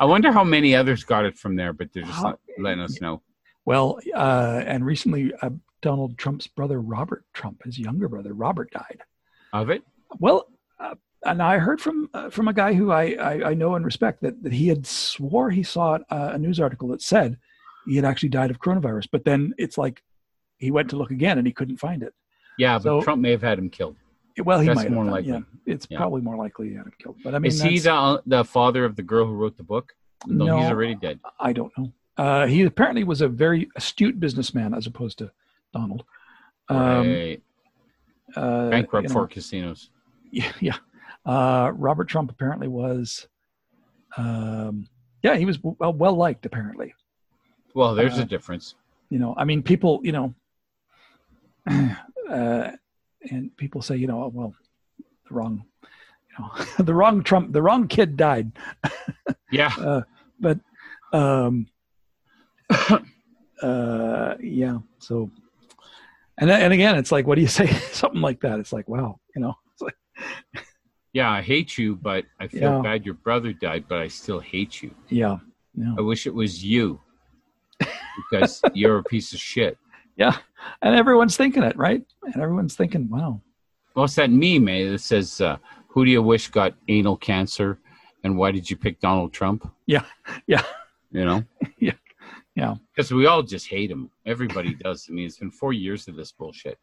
Speaker 4: I wonder how many others got it from there, but they're just
Speaker 3: How-
Speaker 4: not letting us know.
Speaker 3: Well, uh, and recently uh, Donald Trump's brother Robert Trump, his younger brother Robert, died.
Speaker 4: Of it?
Speaker 3: Well, uh, and I heard from uh, from a guy who I, I, I know and respect that, that he had swore he saw uh, a news article that said he had actually died of coronavirus, but then it's like he went to look again and he couldn't find it.
Speaker 4: Yeah, but
Speaker 3: So-
Speaker 4: Trump may have had him killed.
Speaker 3: Well, he
Speaker 4: That's
Speaker 3: might. have
Speaker 4: more
Speaker 3: done,
Speaker 4: likely.
Speaker 3: Yeah, it's
Speaker 4: Yeah.
Speaker 3: probably more likely he had him killed. But I mean,
Speaker 4: Is he
Speaker 3: that's-
Speaker 4: the, the father of the girl who wrote the book? No,
Speaker 3: no,
Speaker 4: he's already dead.
Speaker 3: I don't know. Uh, he apparently was a very astute businessman as opposed to Donald. Um,
Speaker 4: Right.
Speaker 3: uh,
Speaker 4: Bankrupt
Speaker 3: you know,
Speaker 4: for casinos.
Speaker 3: yeah, yeah. Uh, Robert Trump apparently was, um, yeah, he was well, well liked apparently.
Speaker 4: Well, there's
Speaker 3: Uh,
Speaker 4: a difference.
Speaker 3: you know i mean people you know uh, and people say you know oh, well the wrong you know the wrong trump the wrong kid died
Speaker 4: Yeah.
Speaker 3: uh, but um uh yeah so and then- and again it's like what do you say something like that it's like wow you know it's like,
Speaker 4: Yeah, I hate you, but I feel
Speaker 3: Yeah.
Speaker 4: bad your brother died, but I still hate you.
Speaker 3: yeah yeah
Speaker 4: I wish it was you because you're a piece of shit.
Speaker 3: yeah and everyone's thinking it right and everyone's thinking wow
Speaker 4: What's that meme, eh? That says, uh, Who do you wish got anal cancer and why did you pick Donald Trump?
Speaker 3: Yeah, yeah.
Speaker 4: You know?
Speaker 3: Yeah, yeah.
Speaker 4: Because we all just hate him. Everybody does. I mean, it's been four years of this bullshit.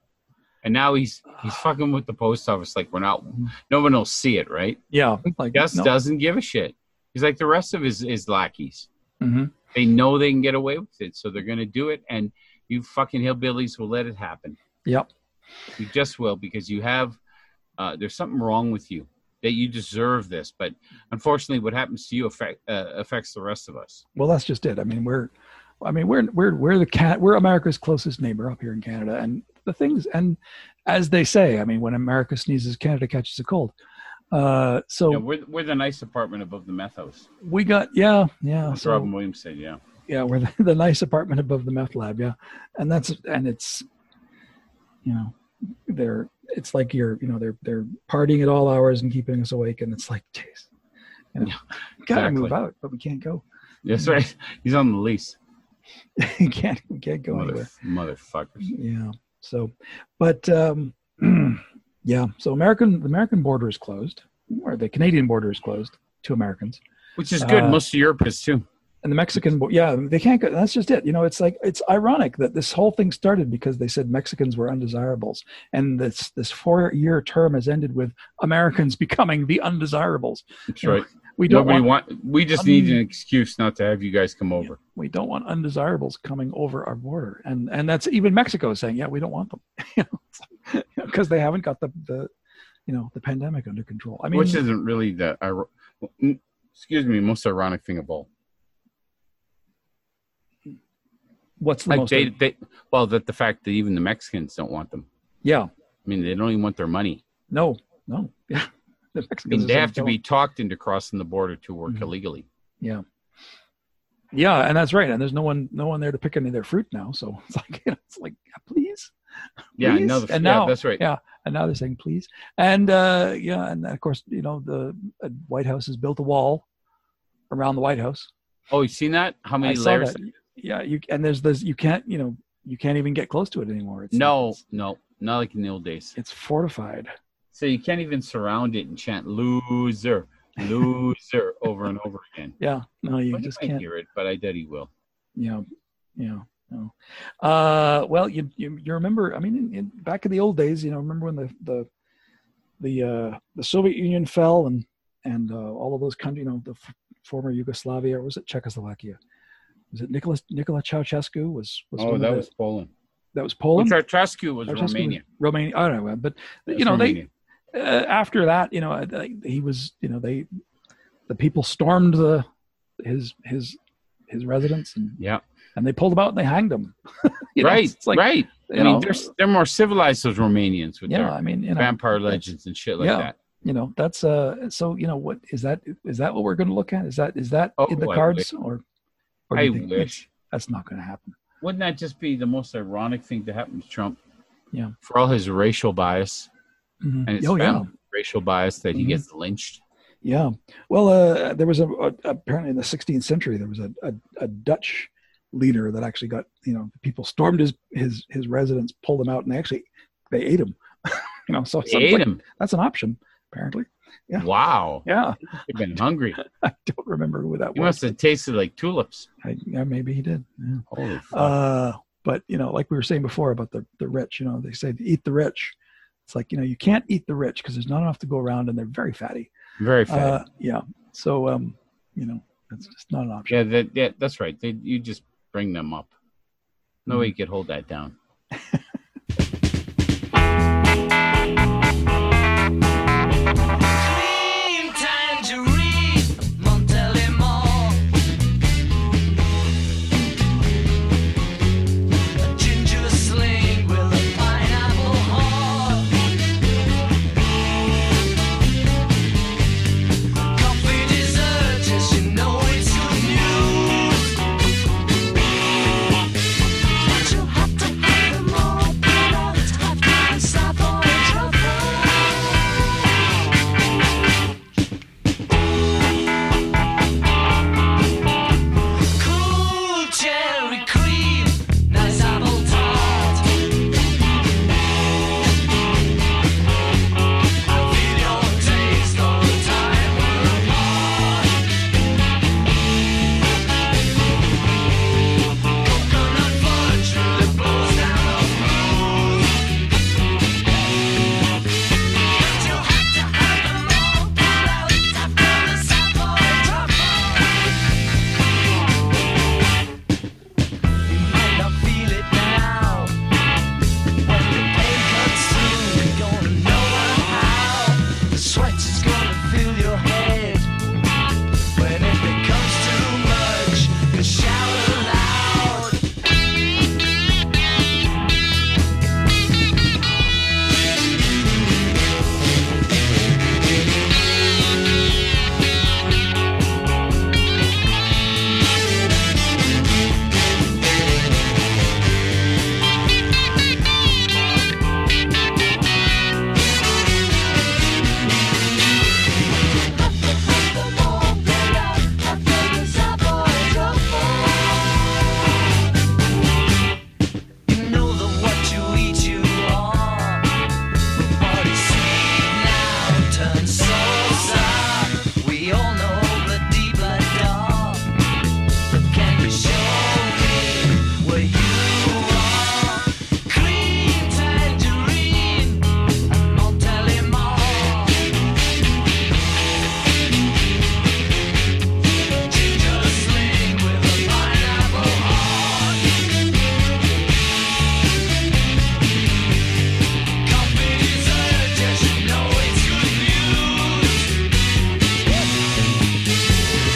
Speaker 4: And now he's he's fucking with the post office like we're not no one will see it, right?
Speaker 3: yeah like
Speaker 4: Gus
Speaker 3: no.
Speaker 4: doesn't give a shit. He's like the rest of his, his lackeys.
Speaker 3: Mhm.
Speaker 4: They know they can get away with it, so they're going to do it. And you fucking hillbillies will let it happen.
Speaker 3: Yep.
Speaker 4: You just will because you have, uh, there's something wrong with you that you deserve this. But unfortunately, what happens to you affect, uh, affects the rest of us.
Speaker 3: Well, that's just it. I mean, we're, I mean, we're we're we're the cat. We're America's closest neighbor up here in Canada, and the things and as they say, I mean, when America sneezes, Canada catches a cold. Uh, so
Speaker 4: Yeah, we're, we're the nice apartment above the meth house.
Speaker 3: we got yeah yeah
Speaker 4: That's
Speaker 3: so
Speaker 4: Robin Williams said, yeah.
Speaker 3: yeah we're the, the nice apartment above the meth lab yeah, and that's and it's, you know, they're it's like you're you know they're they're partying at all hours and keeping us awake, and it's like jeez, you know, gotta move
Speaker 4: exactly.
Speaker 3: out, but we can't go.
Speaker 4: That's right. He's on the lease.
Speaker 3: we can't we can't go anywhere.
Speaker 4: Mother, motherfuckers.
Speaker 3: Yeah. So, but um, yeah. So American the American border is closed, or the Canadian border is closed to Americans,
Speaker 4: Which is good.
Speaker 3: Uh,
Speaker 4: Most of Europe is too.
Speaker 3: and the Mexican. bo- Yeah, they can't go. That's just it. You know, it's like it's ironic that this whole thing started because they said Mexicans were undesirables, and this this four year term has ended with Americans becoming the undesirables.
Speaker 4: That's
Speaker 3: you know,
Speaker 4: right.
Speaker 3: We don't
Speaker 4: Nobody
Speaker 3: want,
Speaker 4: want, we just need an excuse not to have you guys come over.
Speaker 3: we don't want undesirables coming over our border, and and that's even Mexico is saying, yeah, we don't want them, because they haven't got the the. You know the pandemic under control. I mean,
Speaker 4: Which isn't really the ir- m- excuse me most ironic thing of all.
Speaker 3: what's the
Speaker 4: Like
Speaker 3: most
Speaker 4: they, they well that the fact that even the Mexicans don't want them.
Speaker 3: yeah
Speaker 4: I mean they don't even want their money.
Speaker 3: no no yeah the
Speaker 4: I
Speaker 3: Mexicans
Speaker 4: mean
Speaker 3: are
Speaker 4: they
Speaker 3: saying,
Speaker 4: have to
Speaker 3: "Don't."
Speaker 4: be talked into crossing the border to work
Speaker 3: Mhm.
Speaker 4: illegally.
Speaker 3: yeah and that's right and there's no one no one there to pick any of their fruit now so it's like you know, it's like yeah, please
Speaker 4: Yeah,
Speaker 3: Please?
Speaker 4: no, the,
Speaker 3: And
Speaker 4: yeah,
Speaker 3: now-
Speaker 4: that's right.
Speaker 3: yeah. and now they're saying please and uh yeah and of course you know the uh, White House has built a wall around the White House
Speaker 4: Oh, you seen that? How
Speaker 3: I
Speaker 4: many
Speaker 3: saw
Speaker 4: layers?
Speaker 3: that yeah you and there's this you can't you know you can't even get close to it anymore it's
Speaker 4: No,
Speaker 3: it's,
Speaker 4: no, not like in the old days.
Speaker 3: it's fortified
Speaker 4: So you can't even surround it and chant loser, loser over and over again.
Speaker 3: yeah no you
Speaker 4: But
Speaker 3: just
Speaker 4: might
Speaker 3: can't
Speaker 4: hear it, but I bet he will.
Speaker 3: Yeah, yeah. No. Uh, well, you, you you remember? I mean, in, in, back in the old days, you know, remember when the the the uh, the Soviet Union fell and and uh, all of those countries, you know, the f- former Yugoslavia or was it Czechoslovakia? Was it Nicholas Nikola Ceausescu was was one
Speaker 4: Oh,
Speaker 3: of
Speaker 4: that
Speaker 3: the-
Speaker 4: was Poland.
Speaker 3: that was
Speaker 4: Well,
Speaker 3: Poland.
Speaker 4: Ceausescu was
Speaker 3: Ceausescu was
Speaker 4: Romania.
Speaker 3: Romania. I don't know, but you
Speaker 4: That's
Speaker 3: know they
Speaker 4: Romania.
Speaker 3: uh, after that, you know, I- I- he was, you know, they, the people stormed the, his, his, his residence and,
Speaker 4: Yeah.
Speaker 3: and they pulled him out and they hanged him. You know,
Speaker 4: right,
Speaker 3: It's like,
Speaker 4: right.
Speaker 3: you
Speaker 4: I mean,
Speaker 3: know,
Speaker 4: they're they're more civilized those Romanians with
Speaker 3: yeah,
Speaker 4: their
Speaker 3: I mean, you know,
Speaker 4: vampire legends and shit like
Speaker 3: Yeah.
Speaker 4: that.
Speaker 3: you know, that's, uh, so, you know, what is that, is that what we're going to look at? Is that, is that
Speaker 4: Oh,
Speaker 3: in the
Speaker 4: I
Speaker 3: cards or, or do
Speaker 4: I
Speaker 3: you think
Speaker 4: wish.
Speaker 3: that's not going to happen?
Speaker 4: Wouldn't that just be the most ironic thing to happen to Trump?
Speaker 3: Yeah.
Speaker 4: For all his racial bias
Speaker 3: Mhm.
Speaker 4: and his
Speaker 3: Oh, yeah.
Speaker 4: family racial bias that he
Speaker 3: Mhm.
Speaker 4: gets lynched.
Speaker 3: Yeah. Well, uh, there was a, a apparently in the 16th century there was a, a, a Dutch leader that actually got you know people stormed his his his residence, pulled him out, and they actually they ate him. you know, so
Speaker 4: They
Speaker 3: it's like,
Speaker 4: ate him.
Speaker 3: that's an option apparently. Yeah.
Speaker 4: Wow.
Speaker 3: Yeah,
Speaker 4: He'd been hungry.
Speaker 3: I don't remember who that
Speaker 4: He
Speaker 3: was.
Speaker 4: must have tasted like tulips.
Speaker 3: I, yeah, maybe he did. Yeah.
Speaker 4: Holy fuck.
Speaker 3: Uh, But you know, like we were saying before about the the rich, you know, they say eat the rich. It's like you know you can't eat the rich because there's not enough to go around, and they're very fatty.
Speaker 4: Very fat.
Speaker 3: Uh, yeah. So um, you know, that's just not an option.
Speaker 4: yeah, that, yeah, that's right. They, you just bring them up. No
Speaker 3: Mm-hmm.
Speaker 4: way you could hold that down.
Speaker 6: Cream tangerine, Montelimon. A ginger sling with a pineapple heart. Coffee dessert, just you know it's good news. But you have to have more products. I've got a for truffle. Cool cherry cream, nice apple tart. I feel your taste all the time we're apart. Coconut fudge really blows down the roof. But you have to have them all, but I like to feel the apple truffle. Might not feel it now. When the pain cuts through, you're gonna know how. The sweat is gonna fill your head. When it becomes too much, you shout aloud. You know that what you eat you are. With what is sweet now turns so sour. We all know the deep and dark. But can you show me where you are? Cream tangerine and Montelimar. Ginger sling with a pineapple heart. Coffee dessert, just you know it's good news.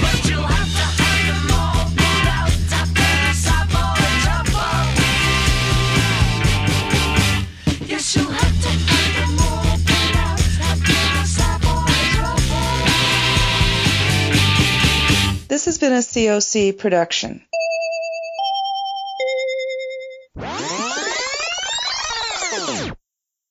Speaker 6: But you'll have to hang them all out. I've been inside for a trouble. Yes, you'll have to hang them all out. I've been inside for a trouble.
Speaker 7: This has been a COC production,